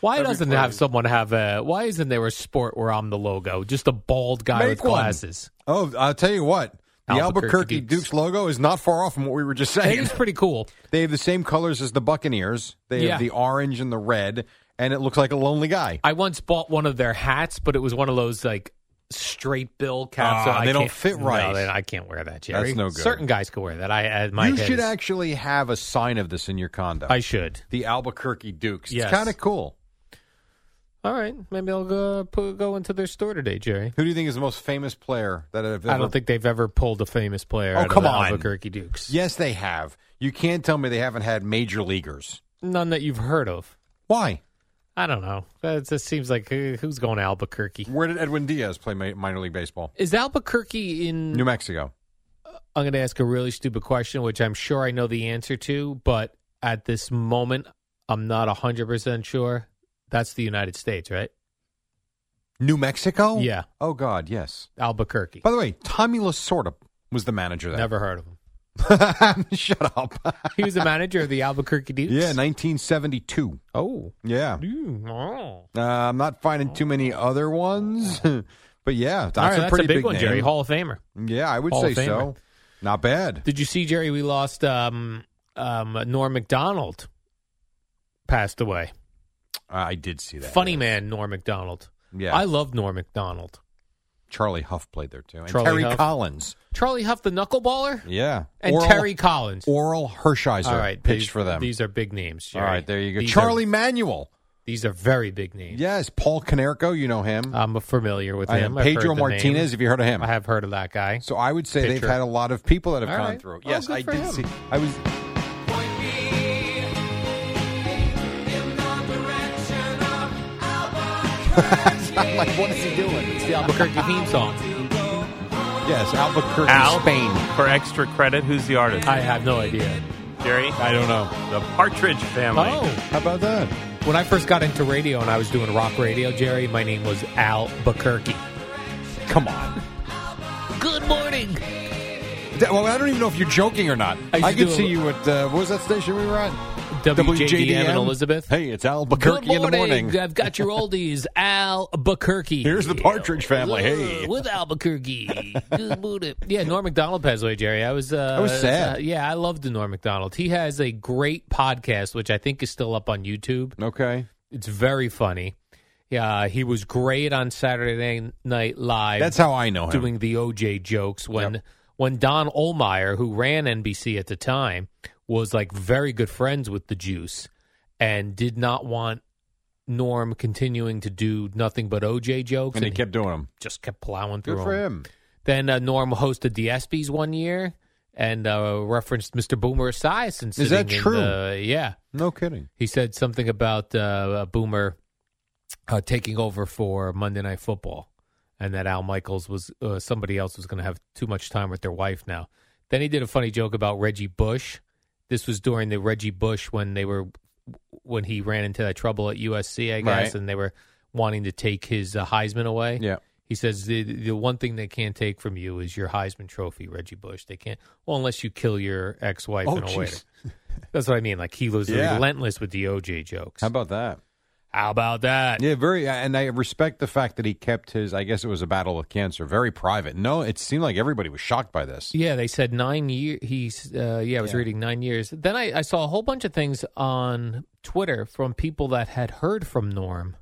[SPEAKER 2] Why doesn't have someone have a? Why isn't there a sport where I'm the logo? Just a bald guy
[SPEAKER 4] Make
[SPEAKER 2] with
[SPEAKER 4] one.
[SPEAKER 2] glasses.
[SPEAKER 4] oh, I'll tell you what. The Albuquerque,
[SPEAKER 2] Albuquerque
[SPEAKER 4] Dukes.
[SPEAKER 2] Dukes.
[SPEAKER 4] logo is not far off from what we were just
[SPEAKER 2] That
[SPEAKER 4] saying.
[SPEAKER 2] is pretty cool.
[SPEAKER 4] They have the same colors as the Buccaneers. They
[SPEAKER 2] Yeah.
[SPEAKER 4] have the orange and the red, and it looks like a lonely guy.
[SPEAKER 2] I once bought one of their hats, but it was one of those like straight bill caps.
[SPEAKER 4] Ah,
[SPEAKER 2] so I
[SPEAKER 4] they don't
[SPEAKER 2] can't-
[SPEAKER 4] fit
[SPEAKER 2] no,
[SPEAKER 4] right.
[SPEAKER 2] they- I can't wear that, Jerry.
[SPEAKER 4] no good.
[SPEAKER 2] Certain guys could wear that. I had my.
[SPEAKER 4] you
[SPEAKER 2] head
[SPEAKER 4] should
[SPEAKER 2] is-
[SPEAKER 4] actually have a sign of this in your condo.
[SPEAKER 2] I should.
[SPEAKER 4] the Albuquerque Dukes.
[SPEAKER 2] Yes.
[SPEAKER 4] It's kind of cool.
[SPEAKER 2] All right, maybe I'll go put, go into their store today, Jerry.
[SPEAKER 4] Who do you think is the most famous player that have ever?
[SPEAKER 2] I don't think they've ever pulled a famous player
[SPEAKER 4] Oh,
[SPEAKER 2] out
[SPEAKER 4] come
[SPEAKER 2] of the
[SPEAKER 4] on.
[SPEAKER 2] Albuquerque Dukes.
[SPEAKER 4] Yes, they have. You can't tell me they haven't had major leaguers.
[SPEAKER 2] None that you've heard of.
[SPEAKER 4] Why?
[SPEAKER 2] I don't know. That just seems like uh, who's going to Albuquerque?
[SPEAKER 4] Where did Edwin Diaz play mi- minor league baseball?
[SPEAKER 2] Is Albuquerque in?
[SPEAKER 4] New Mexico.
[SPEAKER 2] I'm going to ask a really stupid question, which I'm sure I know the answer to, but at this moment, I'm not 100% sure. That's the United States, right?
[SPEAKER 4] New Mexico?
[SPEAKER 2] Yeah.
[SPEAKER 4] Oh God, yes.
[SPEAKER 2] Albuquerque.
[SPEAKER 4] By the way, Tommy Lasorda was the manager there.
[SPEAKER 2] Never heard of him.
[SPEAKER 4] Shut up.
[SPEAKER 2] He was the manager of the Albuquerque Dukes?
[SPEAKER 4] yeah, 1972.
[SPEAKER 2] Oh.
[SPEAKER 4] Yeah.
[SPEAKER 2] Ooh, oh.
[SPEAKER 4] Uh, I'm not finding too many other ones, but yeah, that's,
[SPEAKER 2] All right,
[SPEAKER 4] a
[SPEAKER 2] that's
[SPEAKER 4] pretty
[SPEAKER 2] a big,
[SPEAKER 4] big
[SPEAKER 2] one,
[SPEAKER 4] name.
[SPEAKER 2] Jerry. Hall of Famer.
[SPEAKER 4] Yeah, I would
[SPEAKER 2] Hall
[SPEAKER 4] say
[SPEAKER 2] of Famer.
[SPEAKER 4] so. Not bad.
[SPEAKER 2] Did you see, Jerry, we lost um, um, Norm MacDonald passed away.
[SPEAKER 4] I did see that.
[SPEAKER 2] Funny
[SPEAKER 4] yeah.
[SPEAKER 2] man, Norm MacDonald.
[SPEAKER 4] Yeah.
[SPEAKER 2] I love Norm MacDonald.
[SPEAKER 4] Charlie Huff played there too, and
[SPEAKER 2] Charlie
[SPEAKER 4] Terry
[SPEAKER 2] Huff.
[SPEAKER 4] Collins.
[SPEAKER 2] Charlie Huff, the knuckleballer,
[SPEAKER 4] Yeah,
[SPEAKER 2] and
[SPEAKER 4] Oral-
[SPEAKER 2] Terry Collins.
[SPEAKER 4] Oral Hershiser pitched
[SPEAKER 2] these-
[SPEAKER 4] for them.
[SPEAKER 2] These are big names. Jerry.
[SPEAKER 4] All right, there you go.
[SPEAKER 2] These
[SPEAKER 4] Charlie
[SPEAKER 2] are-
[SPEAKER 4] Manuel.
[SPEAKER 2] these are very big names.
[SPEAKER 4] Yes, Paul Canerco. You know him.
[SPEAKER 2] I'm familiar with
[SPEAKER 4] I
[SPEAKER 2] Uh, him.
[SPEAKER 4] am.
[SPEAKER 2] I've heard
[SPEAKER 4] Pedro
[SPEAKER 2] the name.
[SPEAKER 4] Martinez. Have you heard of him?
[SPEAKER 2] I have heard of that guy.
[SPEAKER 4] So I would say
[SPEAKER 2] Pitcher.
[SPEAKER 4] they've had a lot of people that have
[SPEAKER 2] All
[SPEAKER 4] gone
[SPEAKER 2] right.
[SPEAKER 4] through.
[SPEAKER 2] Oh,
[SPEAKER 4] Yes,
[SPEAKER 2] good
[SPEAKER 4] I
[SPEAKER 2] for
[SPEAKER 4] did
[SPEAKER 2] him.
[SPEAKER 4] see. I was. I'm like, what is he doing?
[SPEAKER 2] It's the Albuquerque theme song.
[SPEAKER 4] Yes, Albuquerque,
[SPEAKER 7] Al?
[SPEAKER 4] Spain.
[SPEAKER 7] For extra credit, who's the artist?
[SPEAKER 2] I have no idea.
[SPEAKER 7] Jerry?
[SPEAKER 4] I don't know.
[SPEAKER 7] The Partridge Family.
[SPEAKER 2] Oh,
[SPEAKER 4] How about that?
[SPEAKER 2] when I first got into radio and I was doing rock radio, Jerry, my name was Al Buquerque.
[SPEAKER 4] Come on.
[SPEAKER 2] Good morning.
[SPEAKER 4] That- Well, I don't even know if you're joking or not.
[SPEAKER 2] I used
[SPEAKER 4] I
[SPEAKER 2] to
[SPEAKER 4] could
[SPEAKER 2] do a-
[SPEAKER 4] see you at uh, what was that station we were at?
[SPEAKER 2] WJDM, and Elizabeth.
[SPEAKER 1] Hey, it's Albuquerque
[SPEAKER 2] Good
[SPEAKER 1] in the
[SPEAKER 2] morning.
[SPEAKER 1] morning.
[SPEAKER 2] I've got your oldies, Albuquerque.
[SPEAKER 1] Here's the Partridge Family.
[SPEAKER 2] Uh,
[SPEAKER 1] Hey,
[SPEAKER 2] with Albuquerque. Good morning. yeah, Norm Macdonald passed away, Jerry. I was, uh,
[SPEAKER 1] I was sad.
[SPEAKER 2] uh, yeah, I loved the Norm Macdonald. He has a great podcast, which I think is still up on YouTube.
[SPEAKER 1] okay.
[SPEAKER 2] It's very funny. Yeah, he was great on Saturday Night Live.
[SPEAKER 1] That's how I know him.
[SPEAKER 2] doing the OJ jokes when when Don Olmeyer, who ran NBC at the time, was like very good friends with the Juice and did not want Norm continuing to do nothing but OJ jokes,
[SPEAKER 1] and he kept doing them.
[SPEAKER 2] just kept plowing through.
[SPEAKER 1] Good for
[SPEAKER 2] 'em.
[SPEAKER 1] him.
[SPEAKER 2] Then uh, Norm hosted the ESPYS one year and uh, referenced Mr. Boomer Esiason.
[SPEAKER 1] Is that
[SPEAKER 2] sitting in
[SPEAKER 1] true?
[SPEAKER 2] the- yeah.
[SPEAKER 1] No kidding.
[SPEAKER 2] He said something about uh, Boomer uh, taking over for Monday Night Football, and that Al Michaels was uh, somebody else was going to have too much time with their wife now. Then he did a funny joke about Reggie Bush. This was during the Reggie Bush when they were when he ran into that trouble at USC, I guess,
[SPEAKER 1] Right.
[SPEAKER 2] and they were wanting to take his uh, Heisman away.
[SPEAKER 1] Yeah.
[SPEAKER 2] He says the the one thing they can't take from you is your Heisman Trophy, Reggie Bush. They can't, well, unless you kill your ex wife
[SPEAKER 1] Oh,
[SPEAKER 2] in a
[SPEAKER 1] jeez.
[SPEAKER 2] waiter. That's what I mean. Like he was
[SPEAKER 1] Yeah.
[SPEAKER 2] relentless with the OJ jokes.
[SPEAKER 1] How about that?
[SPEAKER 2] How about that?
[SPEAKER 1] Yeah, very. And I respect the fact that he kept his. I guess it was a battle with cancer. Very private. No, it seemed like everybody was shocked by this.
[SPEAKER 2] Yeah, they said nine years. He's uh, yeah, I was
[SPEAKER 1] Yeah.
[SPEAKER 2] reading nine years. Then I, I saw a whole bunch of things on Twitter from people that had heard from Norm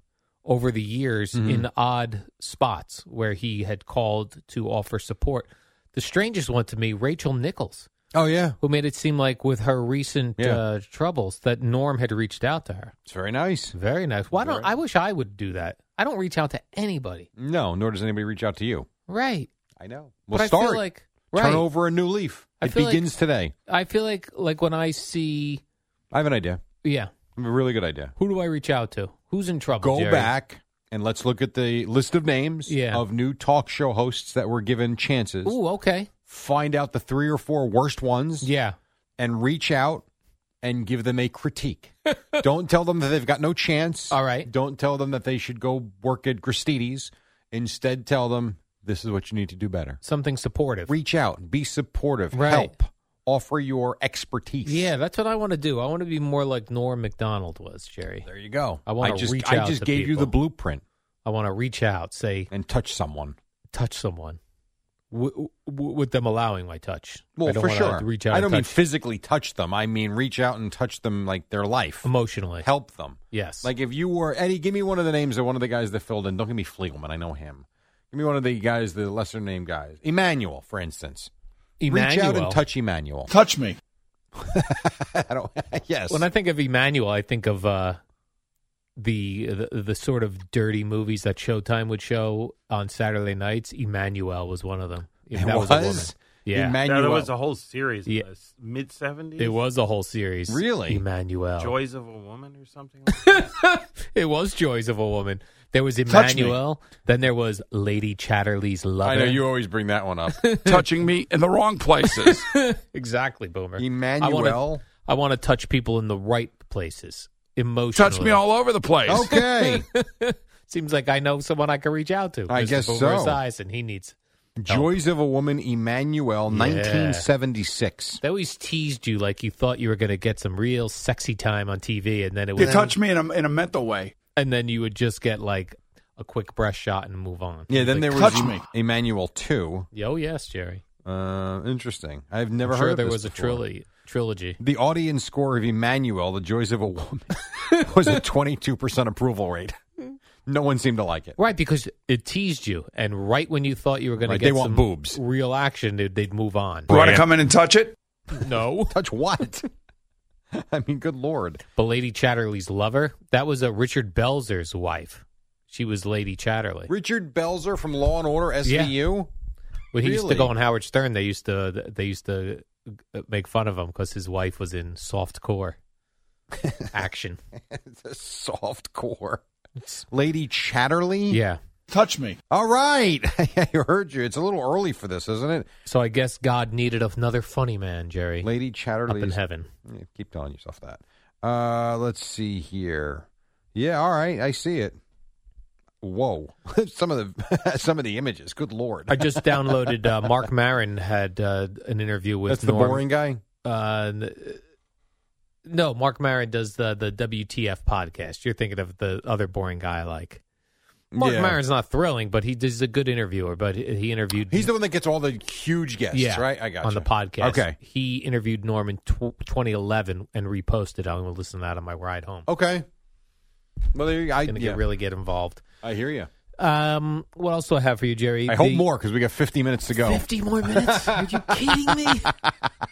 [SPEAKER 2] over the years
[SPEAKER 1] Mm-hmm.
[SPEAKER 2] in odd spots where he had called to offer support. The strangest one to me, Rachel Nichols,
[SPEAKER 1] Oh yeah,
[SPEAKER 2] who made it seem like with her recent
[SPEAKER 1] Yeah.
[SPEAKER 2] uh, troubles that Norm had reached out to her.
[SPEAKER 1] it's very nice.
[SPEAKER 2] Very nice. Why don't
[SPEAKER 1] Very-
[SPEAKER 2] I wish I would do that? I don't reach out to anybody.
[SPEAKER 1] No, nor does anybody reach out to you.
[SPEAKER 2] Right.
[SPEAKER 1] I know. We'll
[SPEAKER 2] but I
[SPEAKER 1] start.
[SPEAKER 2] feel like right.
[SPEAKER 1] Turn over a new leaf.
[SPEAKER 2] I
[SPEAKER 1] it
[SPEAKER 2] feel like-
[SPEAKER 1] begins today.
[SPEAKER 2] I feel like like when I see
[SPEAKER 1] I have an idea.
[SPEAKER 2] yeah,
[SPEAKER 1] I have a really good idea.
[SPEAKER 2] who do I reach out to? Who's in trouble?
[SPEAKER 1] Go
[SPEAKER 2] Jerry?
[SPEAKER 1] back and let's look at the list of names
[SPEAKER 2] Yeah.
[SPEAKER 1] of new talk show hosts that were given chances.
[SPEAKER 2] Ooh, okay.
[SPEAKER 1] Find out the three or four worst ones.
[SPEAKER 2] Yeah.
[SPEAKER 1] and reach out and give them a critique. Don't tell them that they've got no chance.
[SPEAKER 2] All right.
[SPEAKER 1] Don't tell them that they should go work at Gristiti's. Instead, tell them this is what you need to do better.
[SPEAKER 2] Something supportive.
[SPEAKER 1] Reach out, be supportive,
[SPEAKER 2] Right.
[SPEAKER 1] help, offer your expertise.
[SPEAKER 2] yeah, that's what I want to do. I want to be more like Norm McDonald was, Jerry.
[SPEAKER 1] there you go.
[SPEAKER 2] I wanna
[SPEAKER 1] just,
[SPEAKER 2] reach
[SPEAKER 1] I
[SPEAKER 2] out
[SPEAKER 1] just
[SPEAKER 2] to
[SPEAKER 1] gave you the
[SPEAKER 2] people.
[SPEAKER 1] blueprint
[SPEAKER 2] I want to reach out, say
[SPEAKER 1] and touch someone.
[SPEAKER 2] touch someone. W- w- with them allowing my touch. I
[SPEAKER 1] Well,
[SPEAKER 2] don't
[SPEAKER 1] for
[SPEAKER 2] wanna
[SPEAKER 1] sure.
[SPEAKER 2] Reach out
[SPEAKER 1] I
[SPEAKER 2] and
[SPEAKER 1] don't mean
[SPEAKER 2] touch
[SPEAKER 1] physically touch them. I mean reach out and touch them like their life.
[SPEAKER 2] emotionally.
[SPEAKER 1] Help them.
[SPEAKER 2] Yes.
[SPEAKER 1] Like if you were Eddie, give me one of the names of one of the guys that filled in. Don't give me Fliegelman. I know him. Give me one of the guys, the lesser name guys. Emmanuel, for instance. Reach out
[SPEAKER 2] Emmanuel.
[SPEAKER 1] and touch Emmanuel.
[SPEAKER 4] Touch me.
[SPEAKER 1] I don't, yes.
[SPEAKER 2] When I think of Emmanuel, I think of uh, the, the the sort of dirty movies that Showtime would show on Saturday nights. Emmanuel was one of them.
[SPEAKER 1] It
[SPEAKER 2] that was, a woman.
[SPEAKER 1] was?
[SPEAKER 2] Yeah,
[SPEAKER 7] Yeah,
[SPEAKER 1] Emmanuel.
[SPEAKER 7] there was a whole series.
[SPEAKER 2] Yeah.
[SPEAKER 7] Mid seventies.
[SPEAKER 2] it was a whole series.
[SPEAKER 1] Really?
[SPEAKER 2] Emmanuel.
[SPEAKER 7] Joys of a Woman or something. Like that.
[SPEAKER 2] It was Joys of a Woman. There was Emmanuel. Then there was Lady Chatterley's Lover.
[SPEAKER 1] I know you always bring that one up.
[SPEAKER 4] Touching me in the wrong places.
[SPEAKER 2] exactly, Boomer. I wanna,
[SPEAKER 1] Emmanuel.
[SPEAKER 2] I want to touch people in the right places. Emotionally,
[SPEAKER 4] Touch me all over the place.
[SPEAKER 1] Okay.
[SPEAKER 2] Seems like I know someone I can reach out to.
[SPEAKER 1] I
[SPEAKER 2] Mr.
[SPEAKER 1] guess
[SPEAKER 2] Boomer
[SPEAKER 1] so.
[SPEAKER 2] Esiason, and he needs
[SPEAKER 1] Joys of a Woman, Emmanuel,
[SPEAKER 2] Yeah.
[SPEAKER 1] 1976.
[SPEAKER 2] They always teased you like you thought you were going to get some real sexy time on TV, and then it
[SPEAKER 4] You
[SPEAKER 2] would
[SPEAKER 4] touch me in a, in a mental way.
[SPEAKER 2] and then you would just get like a quick breast shot and move on.
[SPEAKER 1] Yeah, then
[SPEAKER 2] Like,
[SPEAKER 1] there was
[SPEAKER 4] touch me.
[SPEAKER 1] Emmanuel 2.
[SPEAKER 2] oh yes, Jerry.
[SPEAKER 1] Uh, interesting. I've never
[SPEAKER 2] I'm
[SPEAKER 1] heard
[SPEAKER 2] sure
[SPEAKER 1] of
[SPEAKER 2] there
[SPEAKER 1] this
[SPEAKER 2] was a
[SPEAKER 1] before.
[SPEAKER 2] trilogy. Trilogy.
[SPEAKER 1] The audience score of Emmanuel, The Joys of a Woman, was a 22% approval rate. No one seemed to like it.
[SPEAKER 2] Right, because it teased you, and right when you thought you were going
[SPEAKER 1] Right,
[SPEAKER 2] to get
[SPEAKER 1] they want
[SPEAKER 2] some
[SPEAKER 1] boobs.
[SPEAKER 2] real action, they'd, they'd move on.
[SPEAKER 4] You want to come in and touch it?
[SPEAKER 2] no,
[SPEAKER 1] Touch what? I mean, good lord.
[SPEAKER 2] but Lady Chatterley's lover that was a Richard Belzer's wife. She was Lady Chatterley.
[SPEAKER 1] Richard Belzer from Law and Order SVU?
[SPEAKER 2] When he used to
[SPEAKER 1] Really?
[SPEAKER 2] go on Howard Stern, they used to they used to uh, make fun of him because his wife was in soft core action.
[SPEAKER 1] It's a soft core. Lady Chatterley?
[SPEAKER 2] Yeah.
[SPEAKER 4] Touch me.
[SPEAKER 1] All right. I heard you. It's a little early for this, isn't it?
[SPEAKER 2] So I guess God needed another funny man, Jerry,
[SPEAKER 1] Lady
[SPEAKER 2] up in
[SPEAKER 1] Chatterley.
[SPEAKER 2] heaven.
[SPEAKER 1] Keep telling yourself that. Uh, let's see here. Yeah, all right. I see it. Whoa. some of the some of the images. Good lord.
[SPEAKER 2] I just downloaded uh, Mark Marin had uh, an interview with
[SPEAKER 1] That's
[SPEAKER 2] Norm.
[SPEAKER 1] the boring guy.
[SPEAKER 2] Uh, No, Mark Maron does the the WTF podcast. You're thinking of the other boring guy I like. Mark
[SPEAKER 1] Yeah.
[SPEAKER 2] Maron's not thrilling, but he is a good interviewer. But he he interviewed
[SPEAKER 1] He's the one that gets all the huge guests,
[SPEAKER 2] yeah,
[SPEAKER 1] right? I got
[SPEAKER 2] on the podcast.
[SPEAKER 1] Okay.
[SPEAKER 2] he interviewed Norman tw- 2011 and reposted. I'm going to listen to that on my ride home.
[SPEAKER 1] Okay. Well, there you Oh, I,
[SPEAKER 2] going to
[SPEAKER 1] yeah,
[SPEAKER 2] really get involved.
[SPEAKER 1] I hear you.
[SPEAKER 2] Um, what else do I have for you, Jerry?
[SPEAKER 1] I hope
[SPEAKER 2] The-
[SPEAKER 1] more because we got 50 minutes to go.
[SPEAKER 2] 50 more minutes? Are you kidding me?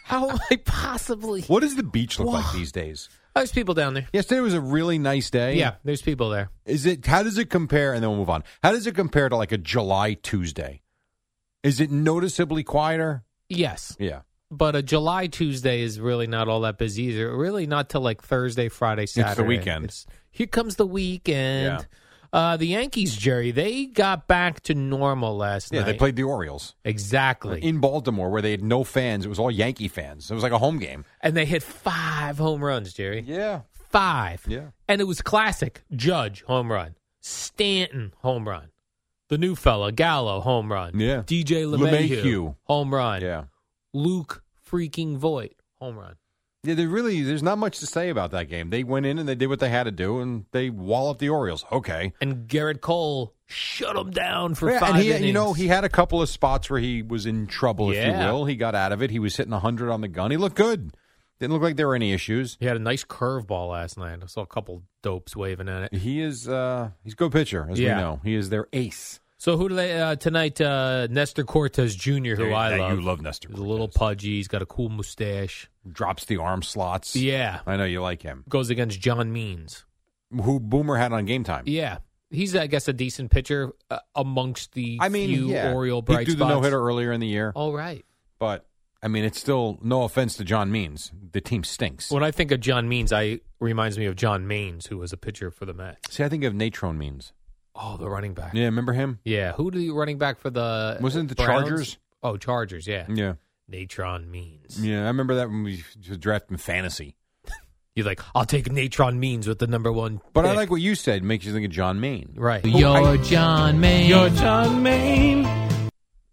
[SPEAKER 2] How am I possibly?
[SPEAKER 1] What does the beach look like
[SPEAKER 2] Whoa.
[SPEAKER 1] these days?
[SPEAKER 2] There's people down there.
[SPEAKER 1] Yesterday was a really nice day.
[SPEAKER 2] Yeah, there's people there.
[SPEAKER 1] Is it? How does it compare? And then we'll move on. How does it compare to like a July Tuesday? Is it noticeably quieter?
[SPEAKER 2] Yes.
[SPEAKER 1] Yeah.
[SPEAKER 2] But a July Tuesday is really not all that busy either. Really not till like Thursday, Friday,
[SPEAKER 1] the
[SPEAKER 2] Saturday.
[SPEAKER 1] weekend.
[SPEAKER 2] It's- here comes the weekend. Uh, the Yankees, Jerry, they got back to normal last
[SPEAKER 1] Yeah.
[SPEAKER 2] night.
[SPEAKER 1] They played the Orioles
[SPEAKER 2] exactly,
[SPEAKER 1] in Baltimore, where they had no fans. It was all Yankee fans. It was like a home game.
[SPEAKER 2] and they hit five home runs, Jerry.
[SPEAKER 1] Yeah.
[SPEAKER 2] Five.
[SPEAKER 1] Yeah.
[SPEAKER 2] And it was classic. Judge home run. Stanton home run. The new fella Gallo home run.
[SPEAKER 1] Yeah.
[SPEAKER 2] DJ LeMahieu,
[SPEAKER 1] LeMahieu.
[SPEAKER 2] home run.
[SPEAKER 1] Yeah.
[SPEAKER 2] Luke freaking Voigt home run.
[SPEAKER 1] Yeah, there really there's not much to say about that game. They went in and they did what they had to do, and they walloped the Orioles. Okay,
[SPEAKER 2] And Garrett Cole shut him down for
[SPEAKER 1] Yeah,
[SPEAKER 2] five
[SPEAKER 1] and he,
[SPEAKER 2] innings.
[SPEAKER 1] you know, he had a couple of spots where he was in trouble, if
[SPEAKER 2] Yeah.
[SPEAKER 1] you will. He got out of it. He was hitting 100 on the gun. He looked good. Didn't look like there were any issues.
[SPEAKER 2] He had a nice curveball last night. I saw a couple dopes waving at it.
[SPEAKER 1] He is uh he's a good pitcher, as
[SPEAKER 2] Yeah.
[SPEAKER 1] we know. He is their ace.
[SPEAKER 2] So who do they uh, tonight? Uh, Nestor Cortez Jr., who
[SPEAKER 1] Yeah,
[SPEAKER 2] I
[SPEAKER 1] that
[SPEAKER 2] love.
[SPEAKER 1] you love Nestor
[SPEAKER 2] He's a little
[SPEAKER 1] Cortes.
[SPEAKER 2] pudgy. He's got a cool mustache.
[SPEAKER 1] Drops the arm slots.
[SPEAKER 2] Yeah,
[SPEAKER 1] I know you like him.
[SPEAKER 2] goes against John Means.
[SPEAKER 1] Who Boomer had on game time.
[SPEAKER 2] Yeah, he's I guess a decent pitcher uh, amongst the
[SPEAKER 1] I mean,
[SPEAKER 2] few
[SPEAKER 1] yeah.
[SPEAKER 2] Oriole
[SPEAKER 1] he
[SPEAKER 2] bright
[SPEAKER 1] threw the
[SPEAKER 2] spots. Oh.
[SPEAKER 1] no hitter earlier in the year,
[SPEAKER 2] All right.
[SPEAKER 1] but I mean, it's still no offense to John Means. The team stinks.
[SPEAKER 2] When I think of John Means, I reminds me of John Maines, who was a pitcher for the Mets.
[SPEAKER 1] See, I think of Natron Means.
[SPEAKER 2] Oh, the running back.
[SPEAKER 1] Yeah, remember him?
[SPEAKER 2] Yeah, who the running back for the
[SPEAKER 1] Wasn't it the
[SPEAKER 2] Browns?
[SPEAKER 1] Chargers?
[SPEAKER 2] Oh, Chargers. Yeah,
[SPEAKER 1] Yeah,
[SPEAKER 2] Natron Means.
[SPEAKER 1] yeah. I remember that when we drafted him fantasy.
[SPEAKER 2] You're like, I'll take Natron Means with the number one.
[SPEAKER 1] But I
[SPEAKER 2] pick."
[SPEAKER 1] like what you said. Makes you think of John Maine.
[SPEAKER 2] right.
[SPEAKER 1] Who- I-
[SPEAKER 2] You're John Maines.
[SPEAKER 7] You're John Maine.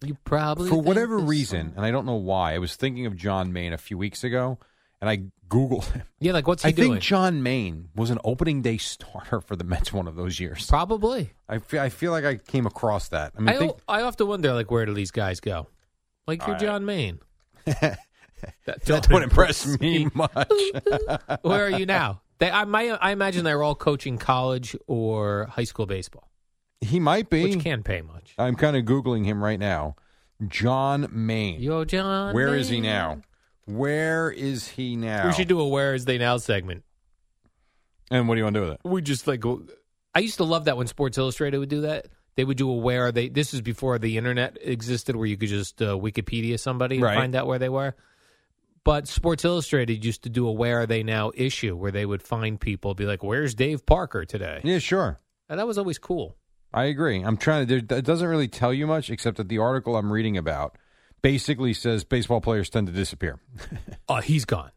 [SPEAKER 2] You probably
[SPEAKER 1] for
[SPEAKER 2] think
[SPEAKER 1] whatever
[SPEAKER 2] this-
[SPEAKER 1] reason, and I don't know why. I was thinking of John Maine a few weeks ago, and I Googled him.
[SPEAKER 2] Yeah, like what's he
[SPEAKER 1] I
[SPEAKER 2] doing?
[SPEAKER 1] think John Maine was an opening day starter for the Mets one of those years.
[SPEAKER 2] probably.
[SPEAKER 1] I feel, I feel like I came across that. I mean,
[SPEAKER 2] I,
[SPEAKER 1] think,
[SPEAKER 2] I often wonder, like, where do these guys go? Like, you're John Maine. That
[SPEAKER 1] that
[SPEAKER 2] don't
[SPEAKER 1] don't impress me much.
[SPEAKER 2] Where are you now? They, I, my, I imagine they're all coaching college or high school baseball,
[SPEAKER 1] he might be.
[SPEAKER 2] which can pay much.
[SPEAKER 1] I'm kind of Googling him right now. John Maine.
[SPEAKER 2] Yo, John.
[SPEAKER 1] Where is he now? Where is he now?
[SPEAKER 2] We should do a "Where is they now" segment.
[SPEAKER 1] And what do you want to do with it?
[SPEAKER 2] We just like. go- I used to love that when Sports Illustrated would do that. They would do a "Where are they?" This is before the internet existed, where you could just uh, Wikipedia somebody
[SPEAKER 1] Right.
[SPEAKER 2] and find out where they were. But Sports Illustrated used to do a "Where are they now?" issue where they would find people, be like, "Where's Dave Parker today?"
[SPEAKER 1] Yeah, sure.
[SPEAKER 2] And that was always cool.
[SPEAKER 1] I agree. I'm trying to. there- It doesn't really tell you much, except that the article I'm reading about basically says baseball players tend to disappear.
[SPEAKER 2] Oh, he's gone.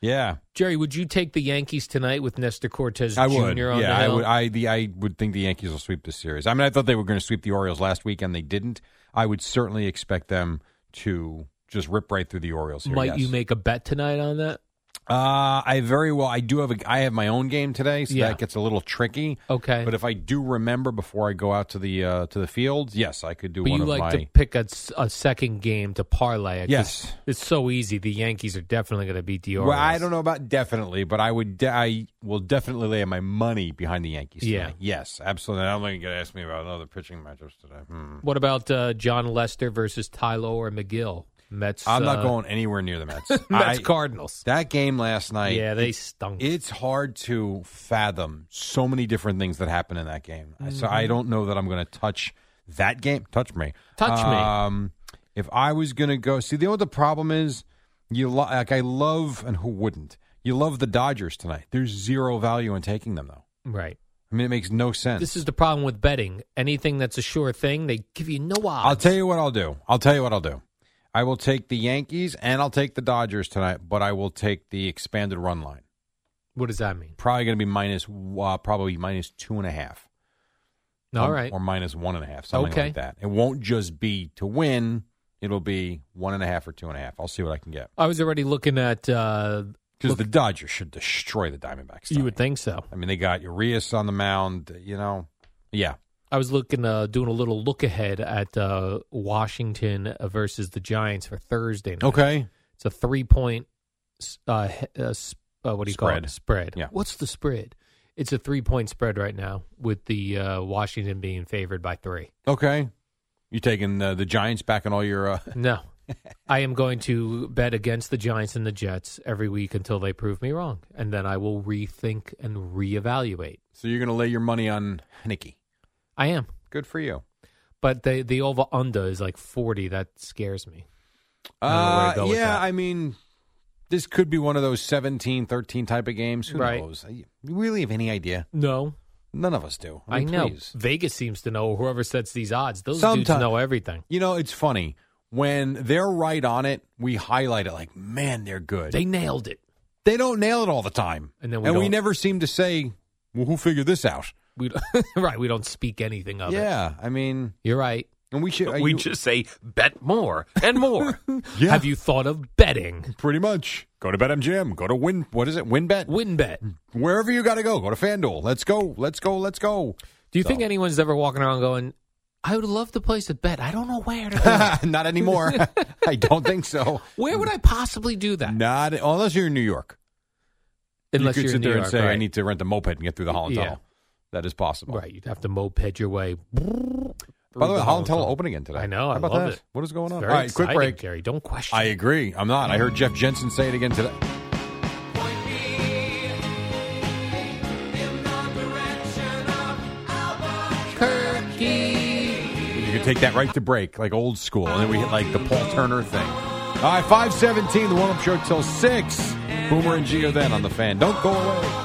[SPEAKER 1] Yeah,
[SPEAKER 2] Jerry, would you take the Yankees tonight with Nestor Cortez
[SPEAKER 1] I
[SPEAKER 2] Jr.
[SPEAKER 1] would.
[SPEAKER 2] on
[SPEAKER 1] yeah,
[SPEAKER 2] the
[SPEAKER 1] I
[SPEAKER 2] hill?
[SPEAKER 1] would. I the I would think the Yankees will sweep this series. I mean, I thought they were going to sweep the Orioles last week, and they didn't. I would certainly expect them to just rip right through the Orioles. Here,
[SPEAKER 2] Might
[SPEAKER 1] yes.
[SPEAKER 2] you make a bet tonight on that?
[SPEAKER 1] Uh, I very well. I do have. A, I have my own game today, so
[SPEAKER 2] Yeah.
[SPEAKER 1] that gets a little tricky.
[SPEAKER 2] Okay.
[SPEAKER 1] But if I do remember before I go out to the uh, to the field, yes, I could do
[SPEAKER 2] But
[SPEAKER 1] one
[SPEAKER 2] you
[SPEAKER 1] of
[SPEAKER 2] like
[SPEAKER 1] my.
[SPEAKER 2] to pick a, s- a second game to parlay. it 'cause
[SPEAKER 1] Yes.
[SPEAKER 2] It's so easy. The Yankees are definitely going to beat the Orioles.
[SPEAKER 1] Well, I don't know about definitely, but I would. De- I will definitely lay my money behind the Yankees.
[SPEAKER 2] Yeah.
[SPEAKER 1] tonight. Yes, absolutely. I don't think you're going to ask me about another pitching matchups today. Hmm.
[SPEAKER 2] What about uh, John Lester versus Tylo or McGill? Mets.
[SPEAKER 1] I'm
[SPEAKER 2] uh,
[SPEAKER 1] not going anywhere near the Mets.
[SPEAKER 2] Mets
[SPEAKER 1] I-
[SPEAKER 2] Cardinals.
[SPEAKER 1] That game last night.
[SPEAKER 2] yeah, they stunk.
[SPEAKER 1] It's hard to fathom so many different things that happened in that game. So I
[SPEAKER 2] Mm-hmm.
[SPEAKER 1] don't know that I'm going to touch that game. Touch me.
[SPEAKER 2] Touch me.
[SPEAKER 1] Um, if I was going to go, see, the only the problem is you lo- like I love and who wouldn't. You love the Dodgers tonight. There's zero value in taking them though.
[SPEAKER 2] right.
[SPEAKER 1] I mean, it makes no sense.
[SPEAKER 2] This is the problem with betting. Anything that's a sure thing, they give you no odds.
[SPEAKER 1] I'll tell you what I'll do. I'll tell you what I'll do. I will take the Yankees and I'll take the Dodgers tonight, but I will take the expanded run line.
[SPEAKER 2] What does that mean?
[SPEAKER 1] Probably going to be minus, uh, probably minus two and a half.
[SPEAKER 2] All
[SPEAKER 1] Um,
[SPEAKER 2] right.
[SPEAKER 1] Or minus one and a half, something
[SPEAKER 2] Okay.
[SPEAKER 1] like that. It won't just be to win, it'll be one and a half or two and a half. I'll see what I can get.
[SPEAKER 2] I was already looking at uh,
[SPEAKER 1] Because the Dodgers should destroy the Diamondbacks.
[SPEAKER 2] You
[SPEAKER 1] Tony.
[SPEAKER 2] would think so.
[SPEAKER 1] I mean, they got Urias on the mound. You know, yeah.
[SPEAKER 2] I was looking, uh, doing a little look ahead at uh, Washington uh, versus the Giants for Thursday. Night.
[SPEAKER 1] Okay.
[SPEAKER 2] It's a three point, uh, he- uh, s- uh, what do you call
[SPEAKER 1] Spread.
[SPEAKER 2] it? Spread.
[SPEAKER 1] Yeah.
[SPEAKER 2] What's the spread? It's a three point spread right now with the uh, Washington being favored by three.
[SPEAKER 1] Okay. You taking uh, the Giants back in all your? Uh,
[SPEAKER 2] No. I am going to bet against the Giants and the Jets every week until they prove me wrong. And then I will rethink and reevaluate.
[SPEAKER 1] so you're going to lay your money on Nicky.
[SPEAKER 2] I am.
[SPEAKER 1] Good for you.
[SPEAKER 2] But the, the over under is like 40. That scares me. I don't know where
[SPEAKER 1] Uh,
[SPEAKER 2] to go
[SPEAKER 1] yeah,
[SPEAKER 2] with that.
[SPEAKER 1] I mean, this could be one of those 17, 13 type of games. Who
[SPEAKER 2] Right.
[SPEAKER 1] knows? You really have any idea?
[SPEAKER 2] No.
[SPEAKER 1] None of us do.
[SPEAKER 2] I
[SPEAKER 1] mean,
[SPEAKER 2] know.
[SPEAKER 1] please.
[SPEAKER 2] Vegas seems to know whoever sets these odds. Those dudes
[SPEAKER 1] Sometime-
[SPEAKER 2] know everything.
[SPEAKER 1] You know, it's funny. When they're right on it, we highlight it like, man, they're good.
[SPEAKER 2] They nailed it.
[SPEAKER 1] They don't nail it all the time.
[SPEAKER 2] And then we
[SPEAKER 1] and we
[SPEAKER 2] don't-
[SPEAKER 1] never seem to say, well, who figured this out?
[SPEAKER 2] We right. We don't speak anything of it.
[SPEAKER 1] yeah. I mean,
[SPEAKER 2] You're right.
[SPEAKER 1] and we should. uh,
[SPEAKER 8] we
[SPEAKER 1] you-
[SPEAKER 8] just say bet more and more.
[SPEAKER 1] Yeah.
[SPEAKER 2] Have you thought of betting?
[SPEAKER 1] Pretty much. Go to BetMGM. Go to Win. What is it? WinBet.
[SPEAKER 2] Win bet.
[SPEAKER 1] Wherever you got to go, go to FanDuel. Let's go. Let's go. Let's go.
[SPEAKER 2] Do you think
[SPEAKER 1] So-
[SPEAKER 2] anyone's ever walking around going, I would love to place a bet. I don't know where to go.
[SPEAKER 1] Not anymore. I don't think so.
[SPEAKER 2] Where would I possibly do that?
[SPEAKER 1] Not unless you're in New York.
[SPEAKER 2] Unless
[SPEAKER 1] you could
[SPEAKER 2] are
[SPEAKER 1] sit
[SPEAKER 2] in New
[SPEAKER 1] there
[SPEAKER 2] York,
[SPEAKER 1] and say,
[SPEAKER 2] right?
[SPEAKER 1] "I need to rent a moped and get through the Holland
[SPEAKER 2] Yeah.
[SPEAKER 1] Tunnel." That is possible.
[SPEAKER 2] Right, you'd have to moped your way.
[SPEAKER 1] By the way, Holland Tunnel open again today.
[SPEAKER 2] I know,
[SPEAKER 1] How
[SPEAKER 2] I
[SPEAKER 1] about
[SPEAKER 2] love
[SPEAKER 1] that?
[SPEAKER 2] it.
[SPEAKER 1] What is going
[SPEAKER 2] It's
[SPEAKER 1] on?
[SPEAKER 2] very
[SPEAKER 1] All right, quick
[SPEAKER 2] exciting,
[SPEAKER 1] break.
[SPEAKER 2] Jerry. Don't question.
[SPEAKER 1] I agree. I'm not. I heard Jeff Jensen say it again today. You can take that right to break, like old school, and then we hit like the Paul Turner thing. All right, five seventeen. The one up show till six. Boomer and Geo then on the fan. Don't go away.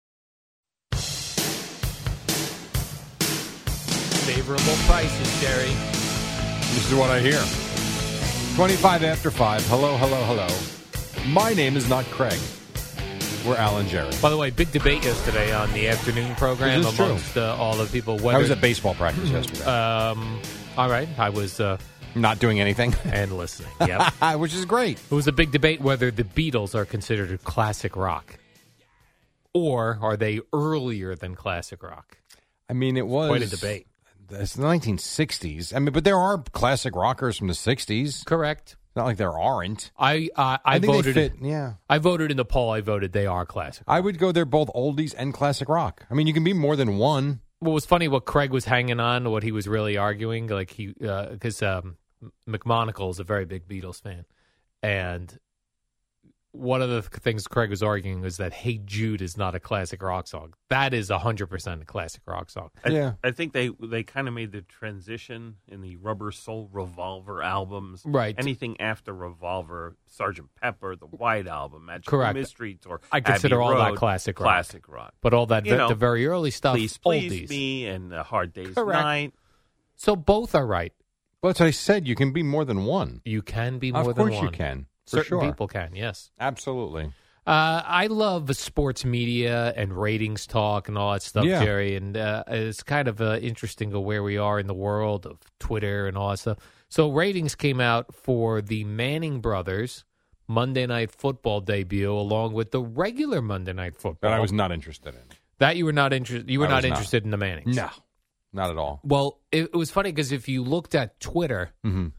[SPEAKER 2] Favorable prices, Jerry.
[SPEAKER 1] This is what I hear. 25 after 5. Hello, hello, hello. My name is not Craig. We're Alan Jerry.
[SPEAKER 2] By the way, big debate yesterday on the afternoon program
[SPEAKER 1] This is true.
[SPEAKER 2] amongst uh, all the people. Whether,
[SPEAKER 1] I was at baseball practice
[SPEAKER 2] Mm-hmm.
[SPEAKER 1] yesterday.
[SPEAKER 2] um, all right, I was uh,
[SPEAKER 1] not doing anything,
[SPEAKER 2] and listening. Yep.
[SPEAKER 1] which is great.
[SPEAKER 2] it was a big debate whether the Beatles are considered a classic rock, or are they earlier than classic rock?
[SPEAKER 1] I mean, it was
[SPEAKER 2] Quite a debate.
[SPEAKER 1] It's the 1960s. I mean, but there are classic rockers from the 60s. It's
[SPEAKER 2] Correct.
[SPEAKER 1] not like there aren't.
[SPEAKER 2] I uh, I, I,
[SPEAKER 1] think
[SPEAKER 2] voted.
[SPEAKER 1] They fit, yeah.
[SPEAKER 2] I voted in the poll. I voted they are classic.
[SPEAKER 1] I would go there both oldies and classic rock. I mean, you can be more than one.
[SPEAKER 2] what was funny what Craig was hanging on, what he was really arguing, like he because um, McMonagle is a very big Beatles fan, and one of the th- things Craig was arguing was that "Hey Jude" is not a classic rock song. That is hundred percent a classic rock song.
[SPEAKER 7] I,
[SPEAKER 1] Yeah.
[SPEAKER 7] I think they they kind of made the transition in the Rubber Soul Revolver albums.
[SPEAKER 2] Right.
[SPEAKER 7] Anything after Revolver, Sergeant Pepper, the White Album, Magical
[SPEAKER 2] Correct.
[SPEAKER 7] Mystery Tour.
[SPEAKER 2] I consider
[SPEAKER 7] Abbey
[SPEAKER 2] all that
[SPEAKER 7] Road,
[SPEAKER 2] classic rock.
[SPEAKER 7] Classic rock.
[SPEAKER 2] But all that
[SPEAKER 7] You know,
[SPEAKER 2] the very early stuff,
[SPEAKER 7] Please, please
[SPEAKER 2] oldies.
[SPEAKER 7] me and uh, Hard Day's
[SPEAKER 2] Correct.
[SPEAKER 7] Night.
[SPEAKER 2] So both are right.
[SPEAKER 1] Well, that's what I said. You can be more than one.
[SPEAKER 2] You can be more
[SPEAKER 1] Of
[SPEAKER 2] than
[SPEAKER 1] course you
[SPEAKER 2] one.
[SPEAKER 1] can. For
[SPEAKER 2] Certain
[SPEAKER 1] sure.
[SPEAKER 2] people can. Yes.
[SPEAKER 1] Absolutely.
[SPEAKER 2] Uh, I love sports media and ratings talk and all that stuff,
[SPEAKER 1] Yeah.
[SPEAKER 2] Jerry. And uh, it's kind of uh, interesting of where we are in the world of Twitter and all that stuff. So ratings came out for the Manning brothers Monday Night Football debut, along with the regular Monday Night Football.
[SPEAKER 1] That I was not interested in.
[SPEAKER 2] that you were not interested. You were
[SPEAKER 1] I
[SPEAKER 2] not
[SPEAKER 1] was not.
[SPEAKER 2] interested in the Mannings.
[SPEAKER 1] No, not at all.
[SPEAKER 2] Well, it, it was funny because if you looked at Twitter,
[SPEAKER 1] Mhm.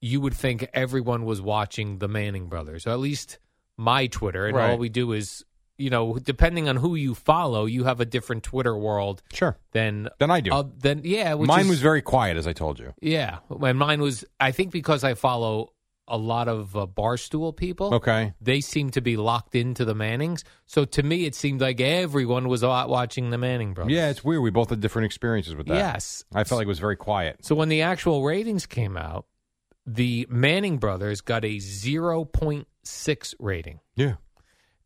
[SPEAKER 2] you would think everyone was watching the Manning brothers, or at least my Twitter. And all
[SPEAKER 1] Right.
[SPEAKER 2] we do is, you know, depending on who you follow, you have a different Twitter world
[SPEAKER 1] Sure.
[SPEAKER 2] than
[SPEAKER 1] Than I do.
[SPEAKER 2] uh, than yeah. Which
[SPEAKER 1] Mine
[SPEAKER 2] is-
[SPEAKER 1] was very quiet, as I told you.
[SPEAKER 2] yeah. And mine was. I think because I follow a lot of uh, barstool people.
[SPEAKER 1] Okay.
[SPEAKER 2] They seem to be locked into the Mannings. So to me, it seemed like everyone was out watching the Manning brothers.
[SPEAKER 1] Yeah, it's weird. We both had different experiences with that.
[SPEAKER 2] Yes.
[SPEAKER 1] I felt like it was very quiet.
[SPEAKER 2] So when the actual ratings came out, the Manning brothers got a 0.6 rating,
[SPEAKER 1] Yeah.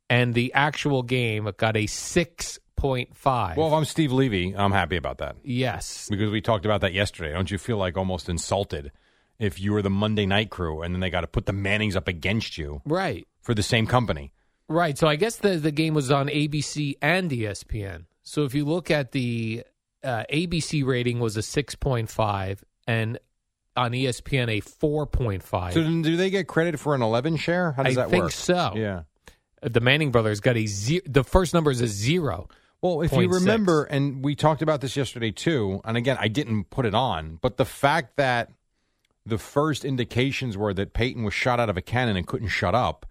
[SPEAKER 2] and the actual game got a 6.5.
[SPEAKER 1] Well, if I'm Steve Levy, I'm happy about that
[SPEAKER 2] yes.
[SPEAKER 1] because we talked about that yesterday. Don't you feel like almost insulted if you were the Monday night crew and then they got to put the Mannings up against you
[SPEAKER 2] Right.
[SPEAKER 1] for the same company?
[SPEAKER 2] Right. So I guess the the game was on ABC and E ESPN. So if you look at the uh, ABC rating was a six point five, and on E ESPN a four point five.
[SPEAKER 1] So then do they get credit for an 11 share? How does
[SPEAKER 2] I
[SPEAKER 1] that
[SPEAKER 2] think
[SPEAKER 1] work?
[SPEAKER 2] so.
[SPEAKER 1] Yeah.
[SPEAKER 2] the Manning brothers got a zero. The first number is a zero.
[SPEAKER 1] Well, if you
[SPEAKER 2] Point six.
[SPEAKER 1] remember, and we talked about this yesterday too, and again, I didn't put it on, but the fact that the first indications were that Peyton was shot out of a cannon and couldn't shut up,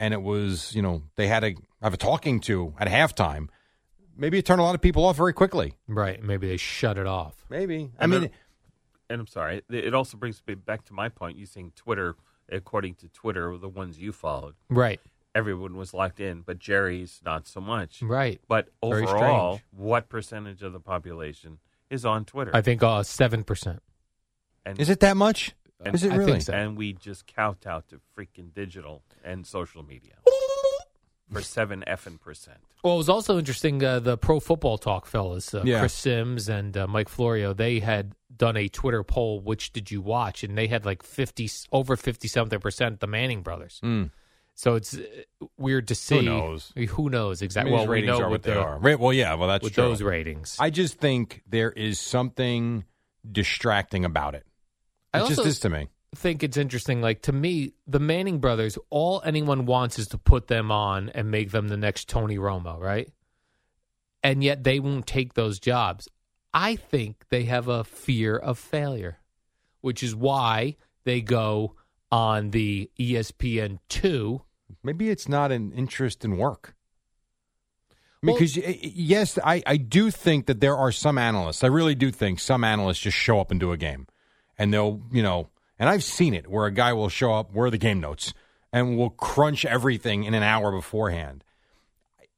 [SPEAKER 1] and it was, you know, they had to have a talking to at halftime, maybe it turned a lot of people off very quickly.
[SPEAKER 2] Right. Maybe they shut it off.
[SPEAKER 1] Maybe. I
[SPEAKER 7] And
[SPEAKER 1] mean,
[SPEAKER 7] then- And I'm sorry, it- it also brings me back to my point. You saying Twitter, according to Twitter, the ones you followed,
[SPEAKER 2] Right.
[SPEAKER 7] everyone was locked in, but Jerry's not so much.
[SPEAKER 2] Right.
[SPEAKER 7] But
[SPEAKER 1] Very
[SPEAKER 7] overall,
[SPEAKER 1] strange.
[SPEAKER 7] what percentage of the population is on Twitter?
[SPEAKER 2] I think uh seven percent.
[SPEAKER 7] and,
[SPEAKER 1] is it that much?
[SPEAKER 7] And,
[SPEAKER 1] Is it
[SPEAKER 2] I think
[SPEAKER 1] really?
[SPEAKER 2] so.
[SPEAKER 7] and we just kowtow to freaking digital and social media for seven effing percent.
[SPEAKER 2] Well, it was also interesting. Uh, the Pro Football Talk fellas, uh,
[SPEAKER 1] Yeah.
[SPEAKER 2] Chris Sims and uh, Mike Florio, they had done a Twitter poll. Which did you watch? And they had like fifty over fifty something percent. The Manning brothers.
[SPEAKER 1] Mm.
[SPEAKER 2] So it's uh, weird to see.
[SPEAKER 1] knows?
[SPEAKER 2] Who knows
[SPEAKER 1] I
[SPEAKER 2] exactly?
[SPEAKER 1] mean,
[SPEAKER 2] Well,
[SPEAKER 1] these
[SPEAKER 2] we
[SPEAKER 1] ratings
[SPEAKER 2] know
[SPEAKER 1] are
[SPEAKER 2] with
[SPEAKER 1] what they
[SPEAKER 2] the-
[SPEAKER 1] are. Right, well, yeah, well, that's
[SPEAKER 2] with
[SPEAKER 1] true.
[SPEAKER 2] those ratings.
[SPEAKER 1] I just think there is something distracting about it.
[SPEAKER 2] I
[SPEAKER 1] It just
[SPEAKER 2] also-
[SPEAKER 1] is to me.
[SPEAKER 2] think it's interesting. Like to me, the Manning brothers, all anyone wants is to put them on and make them the next Tony Romo, right? And yet they won't take those jobs. I think they have a fear of failure, which is why they go on the E ESPN two.
[SPEAKER 1] maybe it's not an interest in work.
[SPEAKER 2] Well-
[SPEAKER 1] Because y- y- yes, I, I do think that there are some analysts. I really do think some analysts just show up and do a game, and they'll you know, and I've seen it where a guy will show up, where are the game notes, and will crunch everything in an hour beforehand.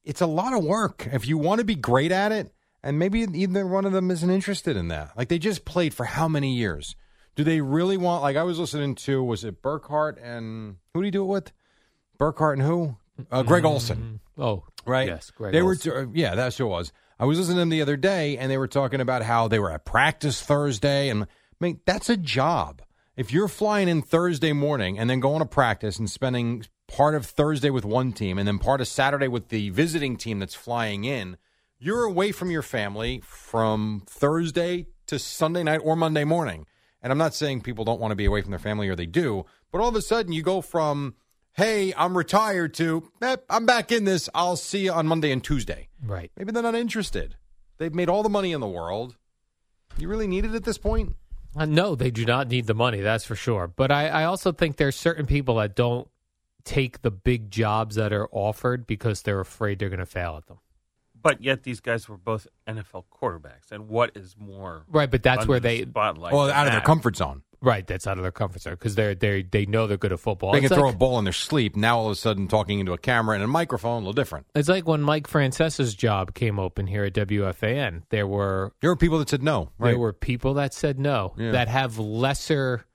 [SPEAKER 1] It's a lot of work if you want to be great at it, and maybe either one of them isn't interested in that. Like they just played for how many years? Do they really want? Like I was listening to was it Burkhart and who do you do it with? Burkhart and who? Uh, Greg Olson,
[SPEAKER 2] Oh,
[SPEAKER 1] right?
[SPEAKER 2] Yes, Greg.
[SPEAKER 1] They
[SPEAKER 2] Olson.
[SPEAKER 1] were, t- uh, yeah, that's who it was. I was listening to them the other day, and they were talking about how they were at practice Thursday, and I mean that's a job. If you're flying in Thursday morning and then going to practice and spending part of Thursday with one team and then part of Saturday with the visiting team that's flying in, you're away from your family from Thursday to Sunday night or Monday morning. And I'm not saying people don't want to be away from their family or they do, but all of a sudden you go from, hey, I'm retired to, eh, I'm back in this. I'll see you on Monday and Tuesday.
[SPEAKER 2] right.
[SPEAKER 1] Maybe they're not interested. They've made all the money in the world. You really need it at this point?
[SPEAKER 2] Uh, no, they do not need the money, that's for sure. But I, I also think there's certain people that don't take the big jobs that are offered because they're afraid they're going to fail at them.
[SPEAKER 7] But yet, these guys were both NFL quarterbacks, and what is more
[SPEAKER 2] Right, but that's
[SPEAKER 7] under
[SPEAKER 2] where
[SPEAKER 7] the
[SPEAKER 2] they
[SPEAKER 7] spotlight?
[SPEAKER 1] well,
[SPEAKER 7] than
[SPEAKER 1] out of their
[SPEAKER 7] that?
[SPEAKER 1] comfort zone.
[SPEAKER 2] right that's out of their comfort zone because they're they they know they're good at football.
[SPEAKER 1] they
[SPEAKER 2] it's,
[SPEAKER 1] can throw
[SPEAKER 2] like,
[SPEAKER 1] a ball in their sleep. Now all of a sudden talking into a camera and a microphone, a little different.
[SPEAKER 2] it's like when Mike Francesa's job came open here at WFAN. There were
[SPEAKER 1] There were people that said no, right?
[SPEAKER 2] there were people that said no
[SPEAKER 1] Yeah.
[SPEAKER 2] that have lesser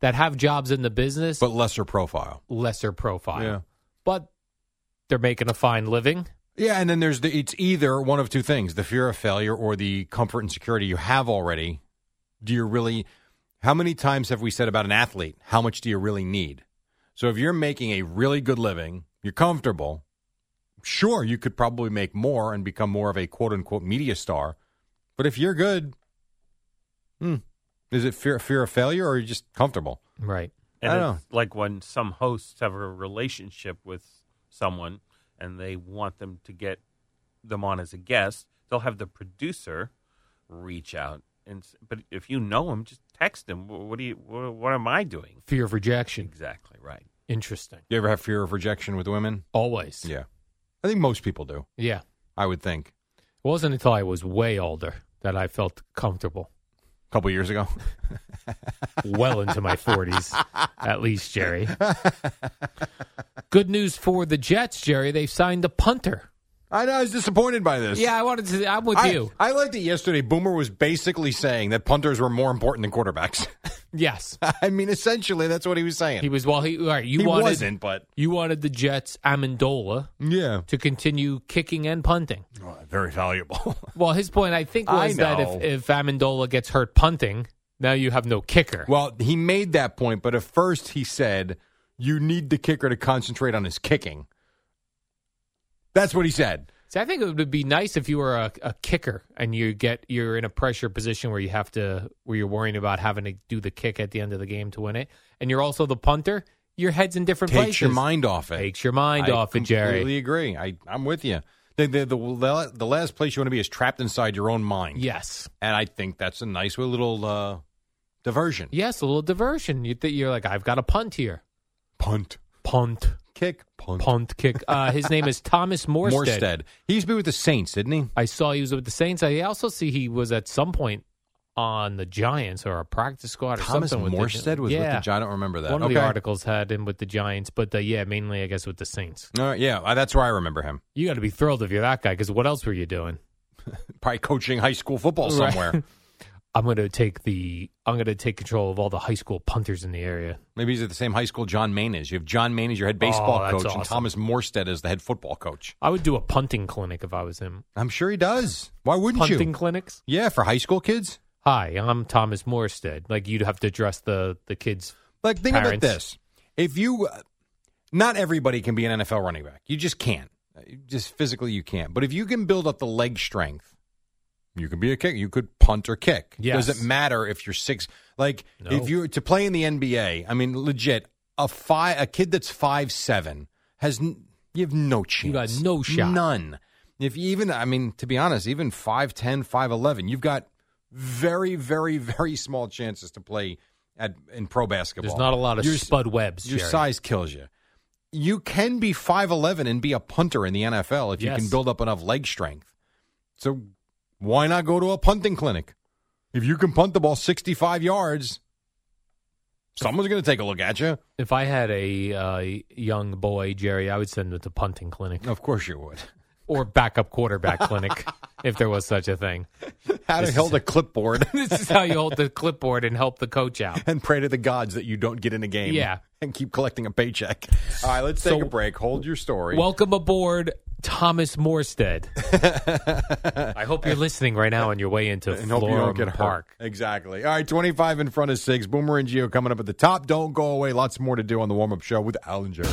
[SPEAKER 2] that have jobs in the business
[SPEAKER 1] but lesser profile.
[SPEAKER 2] lesser profile.
[SPEAKER 1] Yeah.
[SPEAKER 2] But they're making a fine living.
[SPEAKER 1] Yeah, and then there's the it's either one of two things: the fear of failure or the comfort and security you have already. Do you really? How many times have we said about an athlete? How much do you really need? So if you're making a really good living, you're comfortable. Sure, you could probably make more and become more of a quote unquote media star, but if you're good, hmm, is it fear fear of failure or are you just comfortable?
[SPEAKER 2] Right.
[SPEAKER 7] And
[SPEAKER 1] I don't
[SPEAKER 7] it's like when some hosts have a relationship with someone and they want them to get them on as a guest, they'll have the producer reach out. And s- but if you know him, just text him. "Wh- What do you? wh- What am I doing?
[SPEAKER 2] Fear of rejection.
[SPEAKER 7] Exactly right.
[SPEAKER 2] Interesting.
[SPEAKER 1] You ever have fear of rejection with women?
[SPEAKER 2] Always.
[SPEAKER 1] Yeah, I think most people do.
[SPEAKER 2] Yeah.
[SPEAKER 1] I would think
[SPEAKER 2] It wasn't until I was way older that I felt comfortable.
[SPEAKER 1] a couple years ago.
[SPEAKER 2] Well into my 40s, at least, Jerry. Good news for the Jets, Jerry. They've signed a punter.
[SPEAKER 1] I know. I was disappointed by this.
[SPEAKER 2] Yeah, I wanted to. I'm with
[SPEAKER 1] I,
[SPEAKER 2] you.
[SPEAKER 1] I liked it yesterday. Boomer was basically saying that punters were more important than quarterbacks.
[SPEAKER 2] Yes,
[SPEAKER 1] I mean, essentially, that's what he was saying.
[SPEAKER 2] he was. Well, he all right. You
[SPEAKER 1] He
[SPEAKER 2] wanted
[SPEAKER 1] wasn't, but
[SPEAKER 2] you wanted the Jets Amendola
[SPEAKER 1] yeah,
[SPEAKER 2] to continue kicking and punting.
[SPEAKER 1] Oh, very valuable.
[SPEAKER 2] Well, his point I think
[SPEAKER 1] I
[SPEAKER 2] was that
[SPEAKER 1] know.
[SPEAKER 2] if, if Amendola gets hurt punting, now you have no kicker.
[SPEAKER 1] well, he made that point, but at first he said you need the kicker to concentrate on his kicking. That's what he said.
[SPEAKER 2] See, I think it would be nice if you were a, a kicker and you get you're in a pressure position where you have to where you're worrying about having to do the kick at the end of the game to win it, and you're also the punter. Your head's in different
[SPEAKER 1] Takes
[SPEAKER 2] places.
[SPEAKER 1] your mind off it.
[SPEAKER 2] Takes your mind
[SPEAKER 1] I
[SPEAKER 2] off it, Jerry.
[SPEAKER 1] Completely agree. I, I'm with you. The, the, the, the last place you want to be is trapped inside your own mind.
[SPEAKER 2] Yes,
[SPEAKER 1] And I think that's a nice little uh, diversion.
[SPEAKER 2] yes, a little diversion. You th- you're like, I've got a punt here.
[SPEAKER 1] Punt,
[SPEAKER 2] Punt,
[SPEAKER 1] kick, punt.
[SPEAKER 2] punt, kick. Uh, his name is Thomas Morstead.
[SPEAKER 1] Morstead. He used to be with the Saints, didn't he?
[SPEAKER 2] I saw he was with the Saints. I also see he was at some point on the Giants or a practice squad or
[SPEAKER 1] Thomas
[SPEAKER 2] something. with the,
[SPEAKER 1] Morstead was with
[SPEAKER 2] Yeah.
[SPEAKER 1] the Giants. I don't remember that.
[SPEAKER 2] One
[SPEAKER 1] okay.
[SPEAKER 2] of the articles had him with the Giants, but uh, yeah, mainly I guess with the Saints.
[SPEAKER 1] All right, yeah, uh, that's where I remember him.
[SPEAKER 2] You got to be thrilled if you're that guy because what else were you doing?
[SPEAKER 1] Probably coaching high school football
[SPEAKER 2] Right.
[SPEAKER 1] somewhere.
[SPEAKER 2] I'm going to take the I'm going to take control of all the high school punters in the area.
[SPEAKER 1] Maybe he's at the same high school John Maine is. You have John Maine as your head baseball
[SPEAKER 2] Oh, that's
[SPEAKER 1] coach and
[SPEAKER 2] awesome.
[SPEAKER 1] Thomas Morstead as the head football coach.
[SPEAKER 2] I would do a punting clinic if I was him.
[SPEAKER 1] I'm sure he does. Why wouldn't
[SPEAKER 2] Punting
[SPEAKER 1] you?
[SPEAKER 2] clinics.
[SPEAKER 1] Yeah, for high school kids.
[SPEAKER 2] Hi, I'm Thomas Morstead. Like you'd have to address the the kids.
[SPEAKER 1] Like think
[SPEAKER 2] Parents.
[SPEAKER 1] about this: if you, uh, not everybody can be an NFL running back. You just can't. Uh, Just physically, you can't. But if you can build up the leg strength, you can be a kick. You could punt or kick.
[SPEAKER 2] Yes.
[SPEAKER 1] Does it matter if you're six? Like
[SPEAKER 2] No.
[SPEAKER 1] if you to play in the NBA, I mean, legit, a five, a kid that's five seven has n- you have no
[SPEAKER 2] You got
[SPEAKER 1] chance.
[SPEAKER 2] no shot.
[SPEAKER 1] None. If you even, I mean, to be honest, even 5'10", 5'11", you've got very, very, very small chances to play at in pro basketball.
[SPEAKER 2] There's not a lot of
[SPEAKER 1] Your-
[SPEAKER 2] spud webs.
[SPEAKER 1] Your
[SPEAKER 2] Jerry.
[SPEAKER 1] size kills you. You can be 5'11 and be a punter in the NFL if you
[SPEAKER 2] Yes.
[SPEAKER 1] can build up enough leg strength. So why not go to a punting clinic? If you can punt the ball 65 yards, someone's going to take a look at you.
[SPEAKER 2] If I had a uh, young boy, Jerry, I would send him to punting clinic
[SPEAKER 1] Of course you would.
[SPEAKER 2] or backup quarterback clinic if there was such a thing.
[SPEAKER 1] How to held a clipboard
[SPEAKER 2] This is how you hold the clipboard and help the coach out.
[SPEAKER 1] and pray to the gods that you don't get in a game.
[SPEAKER 2] Yeah.
[SPEAKER 1] And keep collecting a paycheck. All right, let's take
[SPEAKER 2] So-
[SPEAKER 1] a break. Hold your story.
[SPEAKER 2] Welcome aboard, Thomas Morstead. I hope you're listening right now on your way into
[SPEAKER 1] and hope you don't
[SPEAKER 2] Florham
[SPEAKER 1] get hurt.
[SPEAKER 2] Park.
[SPEAKER 1] Exactly. All right, 25 in front of six. Boomer and Geo coming up at the top. Don't go away. Lots more to do on the warm up show with Alan Jerry.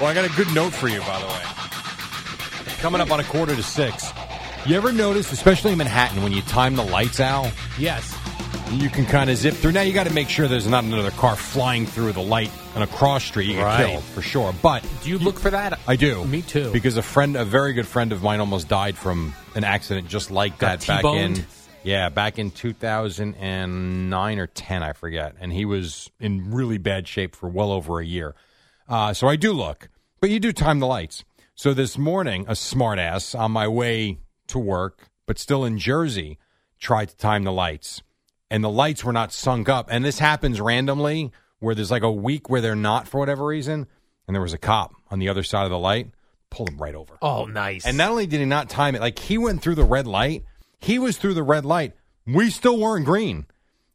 [SPEAKER 1] Well, I got a good note for you, by the way. Coming up on a quarter to six. You ever notice, especially in Manhattan, when you time the lights out,
[SPEAKER 2] Yes.
[SPEAKER 1] you can kind of zip through. Now you got to make sure there's not another car flying through the light on a cross street. You get
[SPEAKER 2] Right.
[SPEAKER 1] killed for sure. But
[SPEAKER 2] Do you look for that?
[SPEAKER 1] I do.
[SPEAKER 2] Me too.
[SPEAKER 1] Because a friend, a very good friend of mine, almost died from an accident just like
[SPEAKER 2] Got
[SPEAKER 1] that back
[SPEAKER 2] T-boned?
[SPEAKER 1] in. Yeah, back in 2009 or 10, I forget. And he was in really bad shape for well over a year. Uh, so I do look, but you do time the lights. So this morning, a smartass on my way to work, but still in Jersey, tried to time the lights. And the lights were not sunk up. And this happens randomly where there's like a week where they're not for whatever reason. And there was a cop on the other side of the light, pulled him right over.
[SPEAKER 2] oh, nice.
[SPEAKER 1] And not only did he not time it, like he went through the red light. He was through the red light. We still weren't green.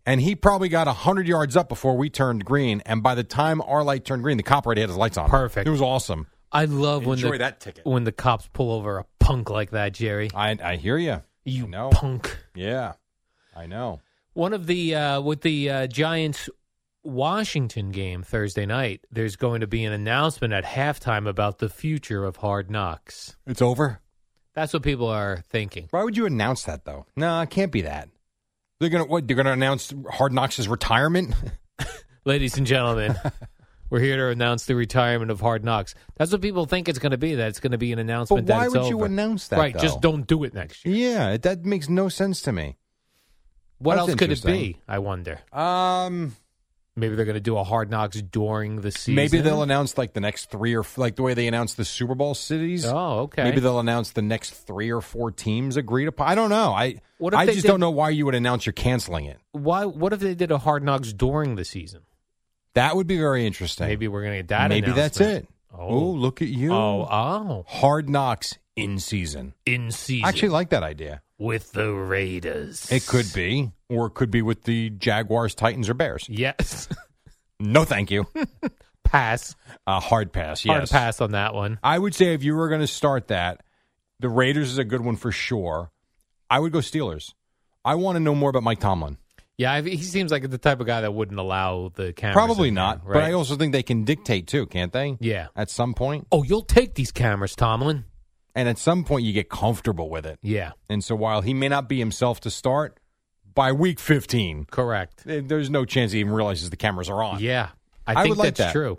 [SPEAKER 1] And he probably got 100 yards up before we turned green. And by the time our light turned green, the cop already had his lights on.
[SPEAKER 2] Perfect.
[SPEAKER 1] It was awesome.
[SPEAKER 2] I love when
[SPEAKER 1] Enjoy
[SPEAKER 2] the,
[SPEAKER 1] that ticket.
[SPEAKER 2] when the cops pull over a punk like that, Jerry.
[SPEAKER 1] I, I hear you.
[SPEAKER 2] You
[SPEAKER 1] know.
[SPEAKER 2] punk.
[SPEAKER 1] Yeah, I know.
[SPEAKER 2] One of the uh, with the uh, Giants Washington game Thursday night, there's going to be an announcement at halftime about the future of Hard Knocks.
[SPEAKER 1] It's over.
[SPEAKER 2] That's what people are thinking.
[SPEAKER 1] Why would you announce that, though? No, it can't be that. They're gonna what? They're gonna announce Hard Knocks' retirement.
[SPEAKER 2] Ladies and gentlemen, we're here to announce the retirement of Hard Knocks. That's what people think it's going to be. That it's going to be an announcement. that
[SPEAKER 1] why
[SPEAKER 2] it's
[SPEAKER 1] would you
[SPEAKER 2] over.
[SPEAKER 1] announce that,
[SPEAKER 2] Right, just
[SPEAKER 1] though?
[SPEAKER 2] don't do it next year.
[SPEAKER 1] yeah, it- that makes no sense to me.
[SPEAKER 2] What
[SPEAKER 1] That's
[SPEAKER 2] else could it
[SPEAKER 1] interesting.
[SPEAKER 2] be? I wonder.
[SPEAKER 1] Um,
[SPEAKER 2] maybe they're going to do a Hard Knocks during the season.
[SPEAKER 1] Maybe they'll announce like the next three or f- like the way they announce the Super Bowl cities.
[SPEAKER 2] Oh, okay.
[SPEAKER 1] Maybe they'll announce the next three or four teams agreed upon. I don't know. I
[SPEAKER 2] What if
[SPEAKER 1] I
[SPEAKER 2] they
[SPEAKER 1] just
[SPEAKER 2] did-
[SPEAKER 1] don't know why you would announce you're canceling it.
[SPEAKER 2] Why? What if they did a Hard Knocks during the season?
[SPEAKER 1] That would be very interesting.
[SPEAKER 2] Maybe we're going to get that.
[SPEAKER 1] Maybe that's it.
[SPEAKER 2] announcement.
[SPEAKER 1] Oh,
[SPEAKER 2] Oh,
[SPEAKER 1] look at you!
[SPEAKER 2] oh, oh,
[SPEAKER 1] Hard Knocks in season.
[SPEAKER 2] in season
[SPEAKER 1] I actually like that idea.
[SPEAKER 2] with the Raiders.
[SPEAKER 1] It could be, or it could be with the Jaguars, Titans, or Bears.
[SPEAKER 2] Yes,
[SPEAKER 1] No, thank you.
[SPEAKER 2] pass.
[SPEAKER 1] A hard pass.
[SPEAKER 2] Hard
[SPEAKER 1] Yes.
[SPEAKER 2] pass on that one.
[SPEAKER 1] I would say if you were going to start that, the Raiders is a good one for sure. I would go Steelers. I want to know more about Mike Tomlin.
[SPEAKER 2] Yeah, I, he seems like the type of guy that wouldn't allow the cameras.
[SPEAKER 1] Probably
[SPEAKER 2] in there,
[SPEAKER 1] not, but
[SPEAKER 2] right?
[SPEAKER 1] I also think they can dictate too, can't they?
[SPEAKER 2] Yeah.
[SPEAKER 1] At some point,
[SPEAKER 2] Oh, you'll take these cameras, Tomlin.
[SPEAKER 1] and at some point you get comfortable with it.
[SPEAKER 2] Yeah,
[SPEAKER 1] And so while he may not be himself to start, by week 15,
[SPEAKER 2] correct.
[SPEAKER 1] eh, there's no chance he even realizes the cameras are on.
[SPEAKER 2] Yeah, I
[SPEAKER 1] I
[SPEAKER 2] think
[SPEAKER 1] would like
[SPEAKER 2] that's
[SPEAKER 1] that.
[SPEAKER 2] true.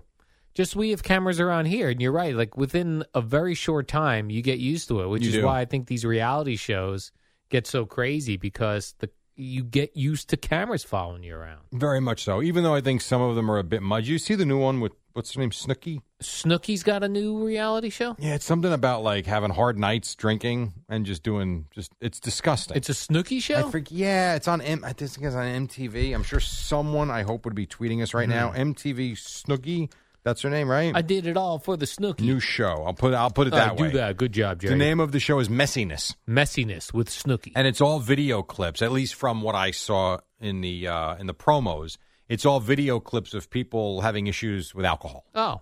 [SPEAKER 2] Just we have cameras around here, and you're right. Like within a very short time, you get used to it, which
[SPEAKER 1] You
[SPEAKER 2] is
[SPEAKER 1] do.
[SPEAKER 2] why I think these reality shows get so crazy because the you get used to cameras following you around.
[SPEAKER 1] Very much so. Even though I think some of them are a bit mudgy. You see the new one with what's her name, Snooky?
[SPEAKER 2] Snooky's got a new reality show.
[SPEAKER 1] Yeah, it's something about like having hard nights, drinking, and just doing just it's disgusting.
[SPEAKER 2] It's a Snooky
[SPEAKER 1] I
[SPEAKER 2] show.
[SPEAKER 1] freak, yeah, it's on. M, I just think it's on MTV. I'm sure someone I hope would be tweeting us
[SPEAKER 2] Mm-hmm.
[SPEAKER 1] right now. MTV Snooky, that's her name, right?
[SPEAKER 2] I did it all for the Snooky.
[SPEAKER 1] New show. I'll put. I'll put it that
[SPEAKER 2] Uh,
[SPEAKER 1] way.
[SPEAKER 2] Do that. Good job, Jerry.
[SPEAKER 1] The name of the show is Messiness,
[SPEAKER 2] Messiness with Snooky.
[SPEAKER 1] and it's all video clips. At least from what I saw in the uh, in the promos, it's all video clips of people having issues with alcohol.
[SPEAKER 2] oh,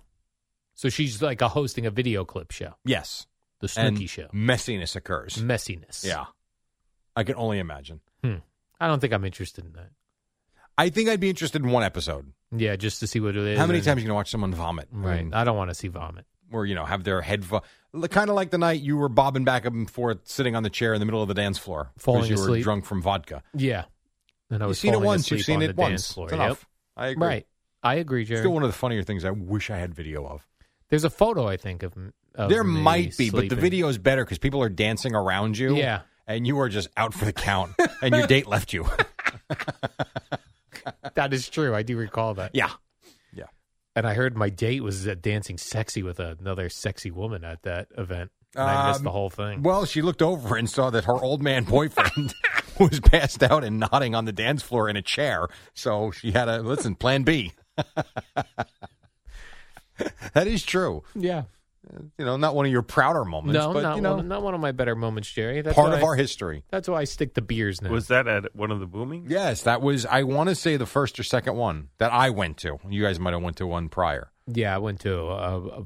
[SPEAKER 2] so she's like a hosting a video clip show,
[SPEAKER 1] Yes,
[SPEAKER 2] the Snooky
[SPEAKER 1] and
[SPEAKER 2] show.
[SPEAKER 1] Messiness occurs.
[SPEAKER 2] Messiness.
[SPEAKER 1] yeah, I can only imagine.
[SPEAKER 2] Hmm. I don't think I'm interested in that.
[SPEAKER 1] I think I'd be interested in one episode.
[SPEAKER 2] Yeah, just to see what it is.
[SPEAKER 1] How many
[SPEAKER 2] and-
[SPEAKER 1] times Mm. you can watch someone vomit? I
[SPEAKER 2] Right.
[SPEAKER 1] mean,
[SPEAKER 2] I don't want to see vomit.
[SPEAKER 1] or you know have their head vo- kind of like the night you were bobbing back and forth sitting on the chair in the middle of the dance floor 'cause
[SPEAKER 2] Falling
[SPEAKER 1] you were
[SPEAKER 2] asleep.
[SPEAKER 1] drunk from vodka
[SPEAKER 2] Yeah. And I
[SPEAKER 1] you've
[SPEAKER 2] was
[SPEAKER 1] seen it
[SPEAKER 2] falling
[SPEAKER 1] once you've
[SPEAKER 2] asleep
[SPEAKER 1] seen
[SPEAKER 2] on
[SPEAKER 1] it
[SPEAKER 2] the
[SPEAKER 1] once
[SPEAKER 2] dance floor.
[SPEAKER 1] it's enough i
[SPEAKER 2] Yep.
[SPEAKER 1] agree
[SPEAKER 2] Right. I agree, Jerry.
[SPEAKER 1] still one of the funnier things i wish i had video of
[SPEAKER 2] There's a photo I think of. m- of
[SPEAKER 1] there
[SPEAKER 2] me
[SPEAKER 1] might be but the
[SPEAKER 2] sleeping.
[SPEAKER 1] video is better because people are dancing around you
[SPEAKER 2] Yeah.
[SPEAKER 1] and you are just out for the count and your date left you
[SPEAKER 2] That is true. I do recall that.
[SPEAKER 1] yeah
[SPEAKER 2] And I heard my date was uh, dancing sexy with another sexy woman at that event. And I missed
[SPEAKER 1] Um,
[SPEAKER 2] the whole thing.
[SPEAKER 1] well she looked over and saw that her old man boyfriend was passed out and nodding on the dance floor in a chair so she had a listen plan b that is true
[SPEAKER 2] yeah.
[SPEAKER 1] you know, not one of your prouder moments,
[SPEAKER 2] No,
[SPEAKER 1] but
[SPEAKER 2] not,
[SPEAKER 1] you know,
[SPEAKER 2] one, not one of my better moments, Jerry. That's
[SPEAKER 1] part
[SPEAKER 2] why
[SPEAKER 1] of
[SPEAKER 2] I-
[SPEAKER 1] our history.
[SPEAKER 2] That's why I stick to beers now.
[SPEAKER 7] Was that at one of the booming?
[SPEAKER 1] Yes, that was. I want to say the first or second one that I went to. You guys might have went to one prior,
[SPEAKER 2] yeah, I went to uh,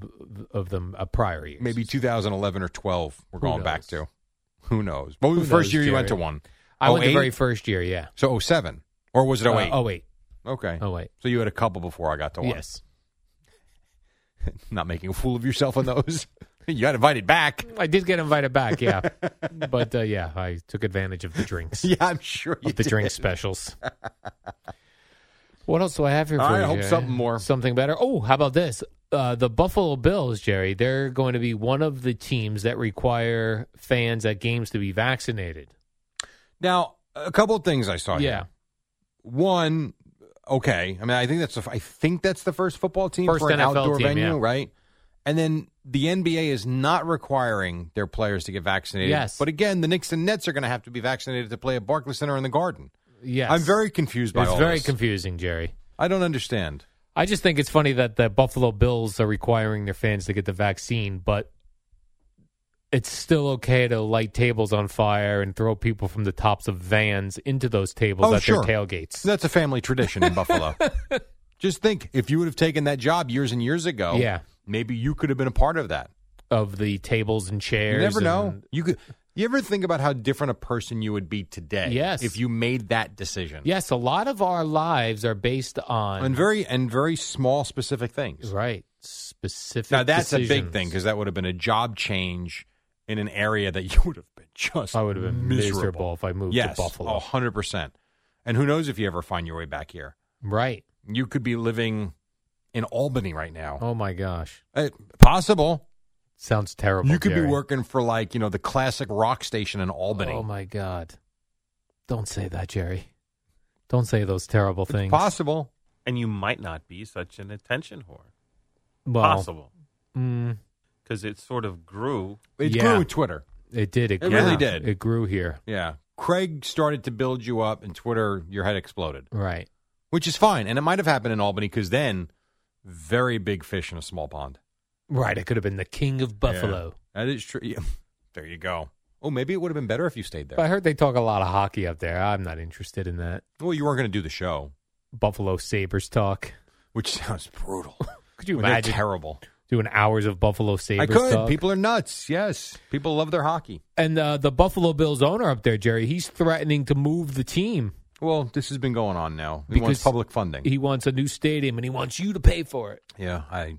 [SPEAKER 2] of them a prior year.
[SPEAKER 1] maybe 2011 or 12. We're
[SPEAKER 2] Who
[SPEAKER 1] going back
[SPEAKER 2] knows?
[SPEAKER 1] to. Who knows? What was
[SPEAKER 2] Who
[SPEAKER 1] the first
[SPEAKER 2] knows,
[SPEAKER 1] year you went to
[SPEAKER 2] Jerry?
[SPEAKER 1] one?
[SPEAKER 2] I went the
[SPEAKER 1] 08?
[SPEAKER 2] very first year. Yeah.
[SPEAKER 1] so 07 or was it 08?
[SPEAKER 2] Uh, 08.
[SPEAKER 1] okay. Oh,
[SPEAKER 2] 08.
[SPEAKER 1] So you had a couple before I got to one.
[SPEAKER 2] Yes.
[SPEAKER 1] Not making a fool of yourself on those. you got invited back.
[SPEAKER 2] I did get invited back, yeah. but uh, yeah, I took advantage of the drinks,
[SPEAKER 1] Yeah, I'm sure you
[SPEAKER 2] of the
[SPEAKER 1] did.
[SPEAKER 2] drink specials. what else do I have here for
[SPEAKER 1] All right,
[SPEAKER 2] you?
[SPEAKER 1] I hope
[SPEAKER 2] Jerry?
[SPEAKER 1] something more.
[SPEAKER 2] Something better. Oh, how about this? Uh, the Buffalo Bills, Jerry, they're going to be one of the teams that require fans at games to be vaccinated.
[SPEAKER 1] Now, a couple of things I saw. here.
[SPEAKER 2] yeah.
[SPEAKER 1] one okay i mean i think that's the, I think that's the first football team
[SPEAKER 2] First
[SPEAKER 1] for an
[SPEAKER 2] NFL
[SPEAKER 1] outdoor
[SPEAKER 2] team,
[SPEAKER 1] venue
[SPEAKER 2] yeah.
[SPEAKER 1] right and then the nba is not requiring their players to get vaccinated
[SPEAKER 2] Yes.
[SPEAKER 1] but again the knicks and nets are going to have to be vaccinated to play at barclays center in the garden
[SPEAKER 2] Yes.
[SPEAKER 1] i'm very confused by
[SPEAKER 2] It's
[SPEAKER 1] all
[SPEAKER 2] very
[SPEAKER 1] this.
[SPEAKER 2] confusing, Jerry.
[SPEAKER 1] i don't understand
[SPEAKER 2] I just think it's funny that the Buffalo Bills are requiring their fans to get the vaccine, but it's still okay to light tables on fire and throw people from the tops of vans into those tables
[SPEAKER 1] Oh,
[SPEAKER 2] at
[SPEAKER 1] sure.
[SPEAKER 2] their tailgates.
[SPEAKER 1] that's a family tradition in buffalo just think if you would have taken that job years and years ago
[SPEAKER 2] Yeah.
[SPEAKER 1] maybe you could have been a part of that
[SPEAKER 2] of the tables and chairs.
[SPEAKER 1] you never know
[SPEAKER 2] and-
[SPEAKER 1] you could you ever think about how different a person you would be today
[SPEAKER 2] Yes.
[SPEAKER 1] if you made that decision
[SPEAKER 2] Yes, a lot of our lives are based on
[SPEAKER 1] and very and very small specific things.
[SPEAKER 2] right specific.
[SPEAKER 1] Now that's a big
[SPEAKER 2] decisions.
[SPEAKER 1] thing because that would have been a job change in an area that you would have been just
[SPEAKER 2] I would have been miserable, if I moved
[SPEAKER 1] yes,
[SPEAKER 2] to
[SPEAKER 1] Oh.
[SPEAKER 2] Buffalo.
[SPEAKER 1] hundred percent. And who knows if you ever find your way back here?
[SPEAKER 2] Right.
[SPEAKER 1] You could be living in Albany right now. Eh,
[SPEAKER 2] Oh my gosh.
[SPEAKER 1] possible.
[SPEAKER 2] Sounds terrible.
[SPEAKER 1] You could
[SPEAKER 2] Jerry.
[SPEAKER 1] be working for like, you know, the classic rock station in Albany.
[SPEAKER 2] Oh my God. Don't say that, Jerry. Don't say those terrible things.
[SPEAKER 1] Possible.
[SPEAKER 7] And you might not be such an attention whore.
[SPEAKER 2] Well,
[SPEAKER 7] Possible.
[SPEAKER 2] Mm,
[SPEAKER 7] Because it sort of grew.
[SPEAKER 1] It
[SPEAKER 2] Yeah.
[SPEAKER 1] grew Twitter.
[SPEAKER 2] it did. It,
[SPEAKER 1] It really
[SPEAKER 2] yeah,
[SPEAKER 1] did.
[SPEAKER 2] It grew here.
[SPEAKER 1] Yeah. Craig started to build you up and Twitter, your head exploded,
[SPEAKER 2] Right.
[SPEAKER 1] which is fine. And it might have happened in Albany because then very big fish in a small pond.
[SPEAKER 2] Right. It could have been the king of Buffalo.
[SPEAKER 1] Yeah. That is true. Yeah. There you go. Oh, maybe it would have been better if you stayed
[SPEAKER 2] But I
[SPEAKER 1] there.
[SPEAKER 2] heard they talk a lot of hockey up there. I'm not interested in that.
[SPEAKER 1] Well, you weren't going to do the show,
[SPEAKER 2] Buffalo Sabres talk.
[SPEAKER 1] which sounds brutal.
[SPEAKER 2] Could you
[SPEAKER 1] Well, they're
[SPEAKER 2] imagine
[SPEAKER 1] terrible.
[SPEAKER 2] doing hours of Buffalo Sabres
[SPEAKER 1] I could.
[SPEAKER 2] talk?
[SPEAKER 1] People are nuts. Yes. People love their hockey.
[SPEAKER 2] and uh, the Buffalo Bills owner up there, Jerry, he's threatening to move the team.
[SPEAKER 1] Well, this has been going on now. He wants
[SPEAKER 2] Because
[SPEAKER 1] public funding.
[SPEAKER 2] He wants a new stadium and he wants you to pay for it.
[SPEAKER 1] yeah, I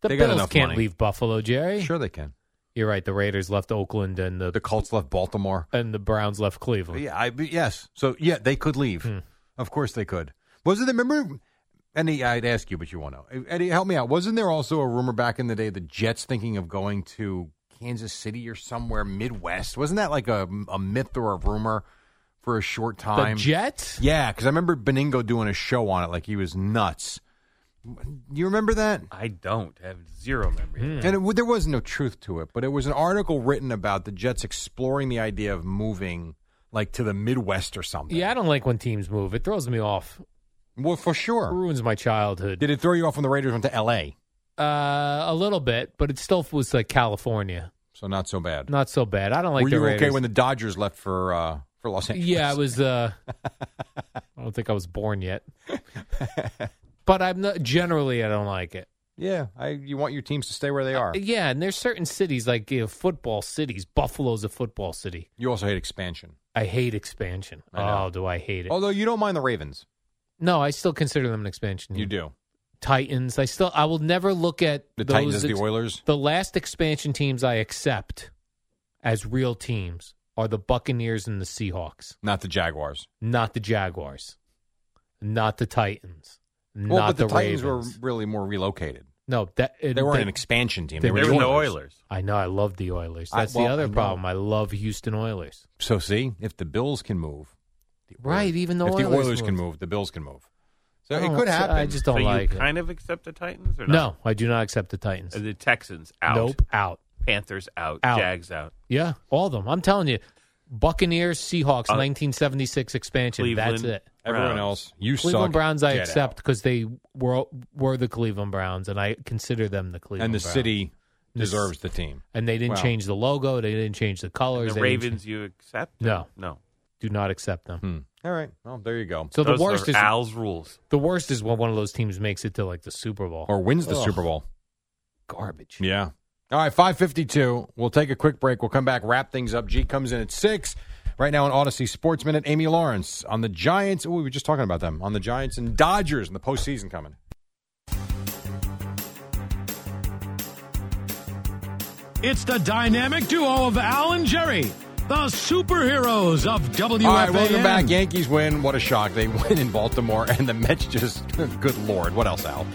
[SPEAKER 2] The
[SPEAKER 1] They got
[SPEAKER 2] Bills
[SPEAKER 1] enough
[SPEAKER 2] can't
[SPEAKER 1] money.
[SPEAKER 2] leave Buffalo, Jerry.
[SPEAKER 1] sure they can.
[SPEAKER 2] You're right. The Raiders left Oakland and the,
[SPEAKER 1] The Colts left Baltimore.
[SPEAKER 2] and the Browns left Cleveland.
[SPEAKER 1] Yeah, I yes. So yeah, they could leave.
[SPEAKER 2] Hmm.
[SPEAKER 1] Of course they could. Was it remember? Eddie, I'd ask you, but you won't know. Eddie, help me out. Wasn't there also a rumor back in the day the Jets thinking of going to Kansas City or somewhere Midwest? Wasn't that like a, a myth or a rumor for a short
[SPEAKER 2] The
[SPEAKER 1] time?
[SPEAKER 2] Jets?
[SPEAKER 1] Yeah, because I remember Beningo doing a show on it, like he was nuts. You remember that?
[SPEAKER 7] I don't have zero memory.
[SPEAKER 2] Hmm.
[SPEAKER 7] of that.
[SPEAKER 1] And it, there was no truth to it, but it was an article written about the Jets exploring the idea of moving, like to the Midwest or something.
[SPEAKER 2] Yeah, I don't like when teams move. It throws me off.
[SPEAKER 1] well, for sure.
[SPEAKER 2] Ruins my childhood.
[SPEAKER 1] Did it throw you off when the Raiders went to L.A.?
[SPEAKER 2] Uh, a little bit, but it still was like California.
[SPEAKER 1] So not so bad.
[SPEAKER 2] Not so bad. I don't like
[SPEAKER 1] Were
[SPEAKER 2] the
[SPEAKER 1] you okay
[SPEAKER 2] Raiders.
[SPEAKER 1] when the Dodgers left for uh, for Los Angeles?
[SPEAKER 2] Yeah, I was. Uh, I don't think I was born yet, but I'm not. Generally, I don't like it.
[SPEAKER 1] yeah. I, you want your teams to stay where they are.
[SPEAKER 2] Yeah, and there's certain cities like you know, football cities. Buffalo's a football city.
[SPEAKER 1] You also hate expansion,
[SPEAKER 2] I hate expansion.
[SPEAKER 1] I know.
[SPEAKER 2] oh, do I hate it?
[SPEAKER 1] although you don't mind the Ravens.
[SPEAKER 2] no, I still consider them an expansion.
[SPEAKER 1] You
[SPEAKER 2] team.
[SPEAKER 1] do
[SPEAKER 2] Titans. I still. I will never look at
[SPEAKER 1] the
[SPEAKER 2] those
[SPEAKER 1] Titans, the
[SPEAKER 2] ex-
[SPEAKER 1] Oilers.
[SPEAKER 2] The last expansion teams I accept as real teams are the Buccaneers and the Seahawks,
[SPEAKER 1] Not the Jaguars.
[SPEAKER 2] not the Jaguars, not the Titans, not
[SPEAKER 1] well, but the,
[SPEAKER 2] the,
[SPEAKER 1] Titans
[SPEAKER 2] Ravens.
[SPEAKER 1] were really more relocated.
[SPEAKER 2] No, that it,
[SPEAKER 1] They weren't
[SPEAKER 2] that-
[SPEAKER 1] an expansion team.
[SPEAKER 2] they
[SPEAKER 1] They,
[SPEAKER 2] were
[SPEAKER 7] They
[SPEAKER 1] were
[SPEAKER 7] were
[SPEAKER 1] the
[SPEAKER 7] the
[SPEAKER 1] Oilers.
[SPEAKER 7] Oilers.
[SPEAKER 2] I know. I love the Oilers.
[SPEAKER 1] I-
[SPEAKER 2] That's
[SPEAKER 1] well,
[SPEAKER 2] the other
[SPEAKER 1] I know.
[SPEAKER 2] problem. I love Houston Oilers.
[SPEAKER 1] So see, if the Bills can move, the Oilers-
[SPEAKER 2] Right, even the
[SPEAKER 1] if the
[SPEAKER 2] Oilers
[SPEAKER 1] Oilers can
[SPEAKER 2] move.
[SPEAKER 1] move, the Bills can move. So
[SPEAKER 2] I
[SPEAKER 1] it
[SPEAKER 2] don't-
[SPEAKER 1] could
[SPEAKER 2] so
[SPEAKER 1] happen.
[SPEAKER 2] I just don't
[SPEAKER 7] so
[SPEAKER 2] like
[SPEAKER 7] you
[SPEAKER 2] it.
[SPEAKER 7] kind of accept the Titans or
[SPEAKER 2] No,
[SPEAKER 7] not?
[SPEAKER 2] I do not accept the Titans.
[SPEAKER 7] The Texans out.
[SPEAKER 2] Nope, out.
[SPEAKER 7] Panthers out.
[SPEAKER 2] Out.
[SPEAKER 7] Jags out.
[SPEAKER 2] Yeah, all of them. I'm telling you, Buccaneers, Seahawks,
[SPEAKER 7] Uh,
[SPEAKER 2] 1976 expansion.
[SPEAKER 7] Cleveland.
[SPEAKER 2] That's it.
[SPEAKER 1] Everyone
[SPEAKER 7] Browns.
[SPEAKER 1] else, you
[SPEAKER 2] Cleveland
[SPEAKER 1] suck.
[SPEAKER 2] Browns, I
[SPEAKER 1] Get
[SPEAKER 2] accept because they were were the Cleveland Browns, and I consider them the
[SPEAKER 1] out.
[SPEAKER 2] Cleveland.
[SPEAKER 1] and the
[SPEAKER 2] Browns.
[SPEAKER 1] city
[SPEAKER 2] The s-
[SPEAKER 1] deserves the team.
[SPEAKER 2] and they didn't
[SPEAKER 1] Wow.
[SPEAKER 2] change the logo. They didn't change the colors.
[SPEAKER 7] The
[SPEAKER 2] they didn't
[SPEAKER 7] Ravens, you accept?
[SPEAKER 2] No.
[SPEAKER 7] No.
[SPEAKER 2] cha- do not accept them.
[SPEAKER 1] Hmm. All right, well there you go.
[SPEAKER 2] So
[SPEAKER 7] Those
[SPEAKER 2] the worst
[SPEAKER 7] are
[SPEAKER 2] is
[SPEAKER 7] Al's rules.
[SPEAKER 2] the worst is when one of those teams makes it to like the Super Bowl
[SPEAKER 1] Or wins the
[SPEAKER 2] Ugh.
[SPEAKER 1] Super Bowl.
[SPEAKER 2] garbage.
[SPEAKER 1] Yeah. All right, five fifty-two. We'll take a quick break. We'll come back, wrap things up. G comes in at six. Right now on Odyssey Sports Minute, Amy Lawrence on the Giants. Oh, we were just talking about them on the Giants and Dodgers in the postseason coming.
[SPEAKER 8] It's the dynamic duo of Al and Jerry, the superheroes of WFAN.
[SPEAKER 1] All right, welcome back. Yankees win. What a shock. They win in Baltimore, and the Mets just, good Lord. What else, Al?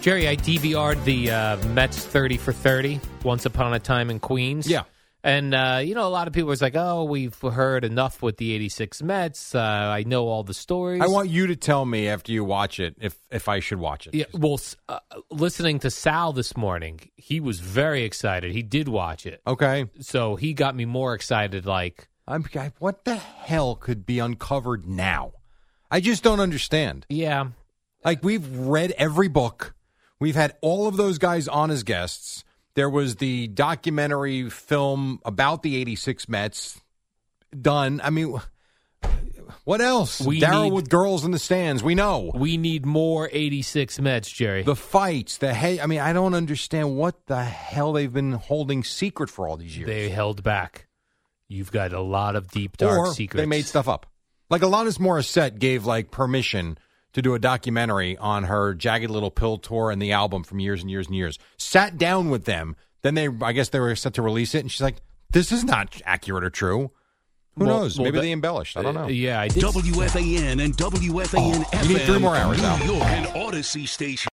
[SPEAKER 2] Jerry, I DVR'd the uh, Mets 30 for 30, Once Upon a Time in Queens.
[SPEAKER 1] Yeah.
[SPEAKER 2] And, uh, you know, a lot of people was like, oh, we've heard enough with the 86 Mets. Uh, I know all the stories.
[SPEAKER 1] I want you to tell me after you watch it if, if I should watch it.
[SPEAKER 2] Yeah, well, s- uh, listening to Sal this morning, he was very excited. He did watch it.
[SPEAKER 1] Okay.
[SPEAKER 2] So he got me more excited, like,
[SPEAKER 1] I'm, I, what the hell could be uncovered now? I just don't understand.
[SPEAKER 2] yeah,
[SPEAKER 1] Like, we've read every book, we've had all of those guys on as guests. There was the documentary film about the 86 Mets done. I mean, what else?
[SPEAKER 2] We
[SPEAKER 1] Daryl
[SPEAKER 2] need-
[SPEAKER 1] with girls in the stands. We know.
[SPEAKER 2] we need more 86 Mets, Jerry.
[SPEAKER 1] The fights, the hey, I mean, I don't understand what the hell they've been holding secret for all these years.
[SPEAKER 2] they held back. You've got a lot of deep, dark
[SPEAKER 1] or
[SPEAKER 2] secrets.
[SPEAKER 1] they made stuff up. Like Alanis Morissette gave like permission to do a documentary on her Jagged Little Pill tour and the album from years and years and years. Sat down with them, then they, I guess they were set to release it, and she's like, "This is not accurate or true." Who
[SPEAKER 2] Well-
[SPEAKER 1] knows?
[SPEAKER 2] well,
[SPEAKER 1] Maybe
[SPEAKER 2] that-
[SPEAKER 1] they embellished. I don't know.
[SPEAKER 2] Uh, yeah, I did.
[SPEAKER 6] WFAN and WFAN
[SPEAKER 2] Oh,
[SPEAKER 1] You need three more hours
[SPEAKER 6] New
[SPEAKER 1] now.
[SPEAKER 6] York and Odyssey Station.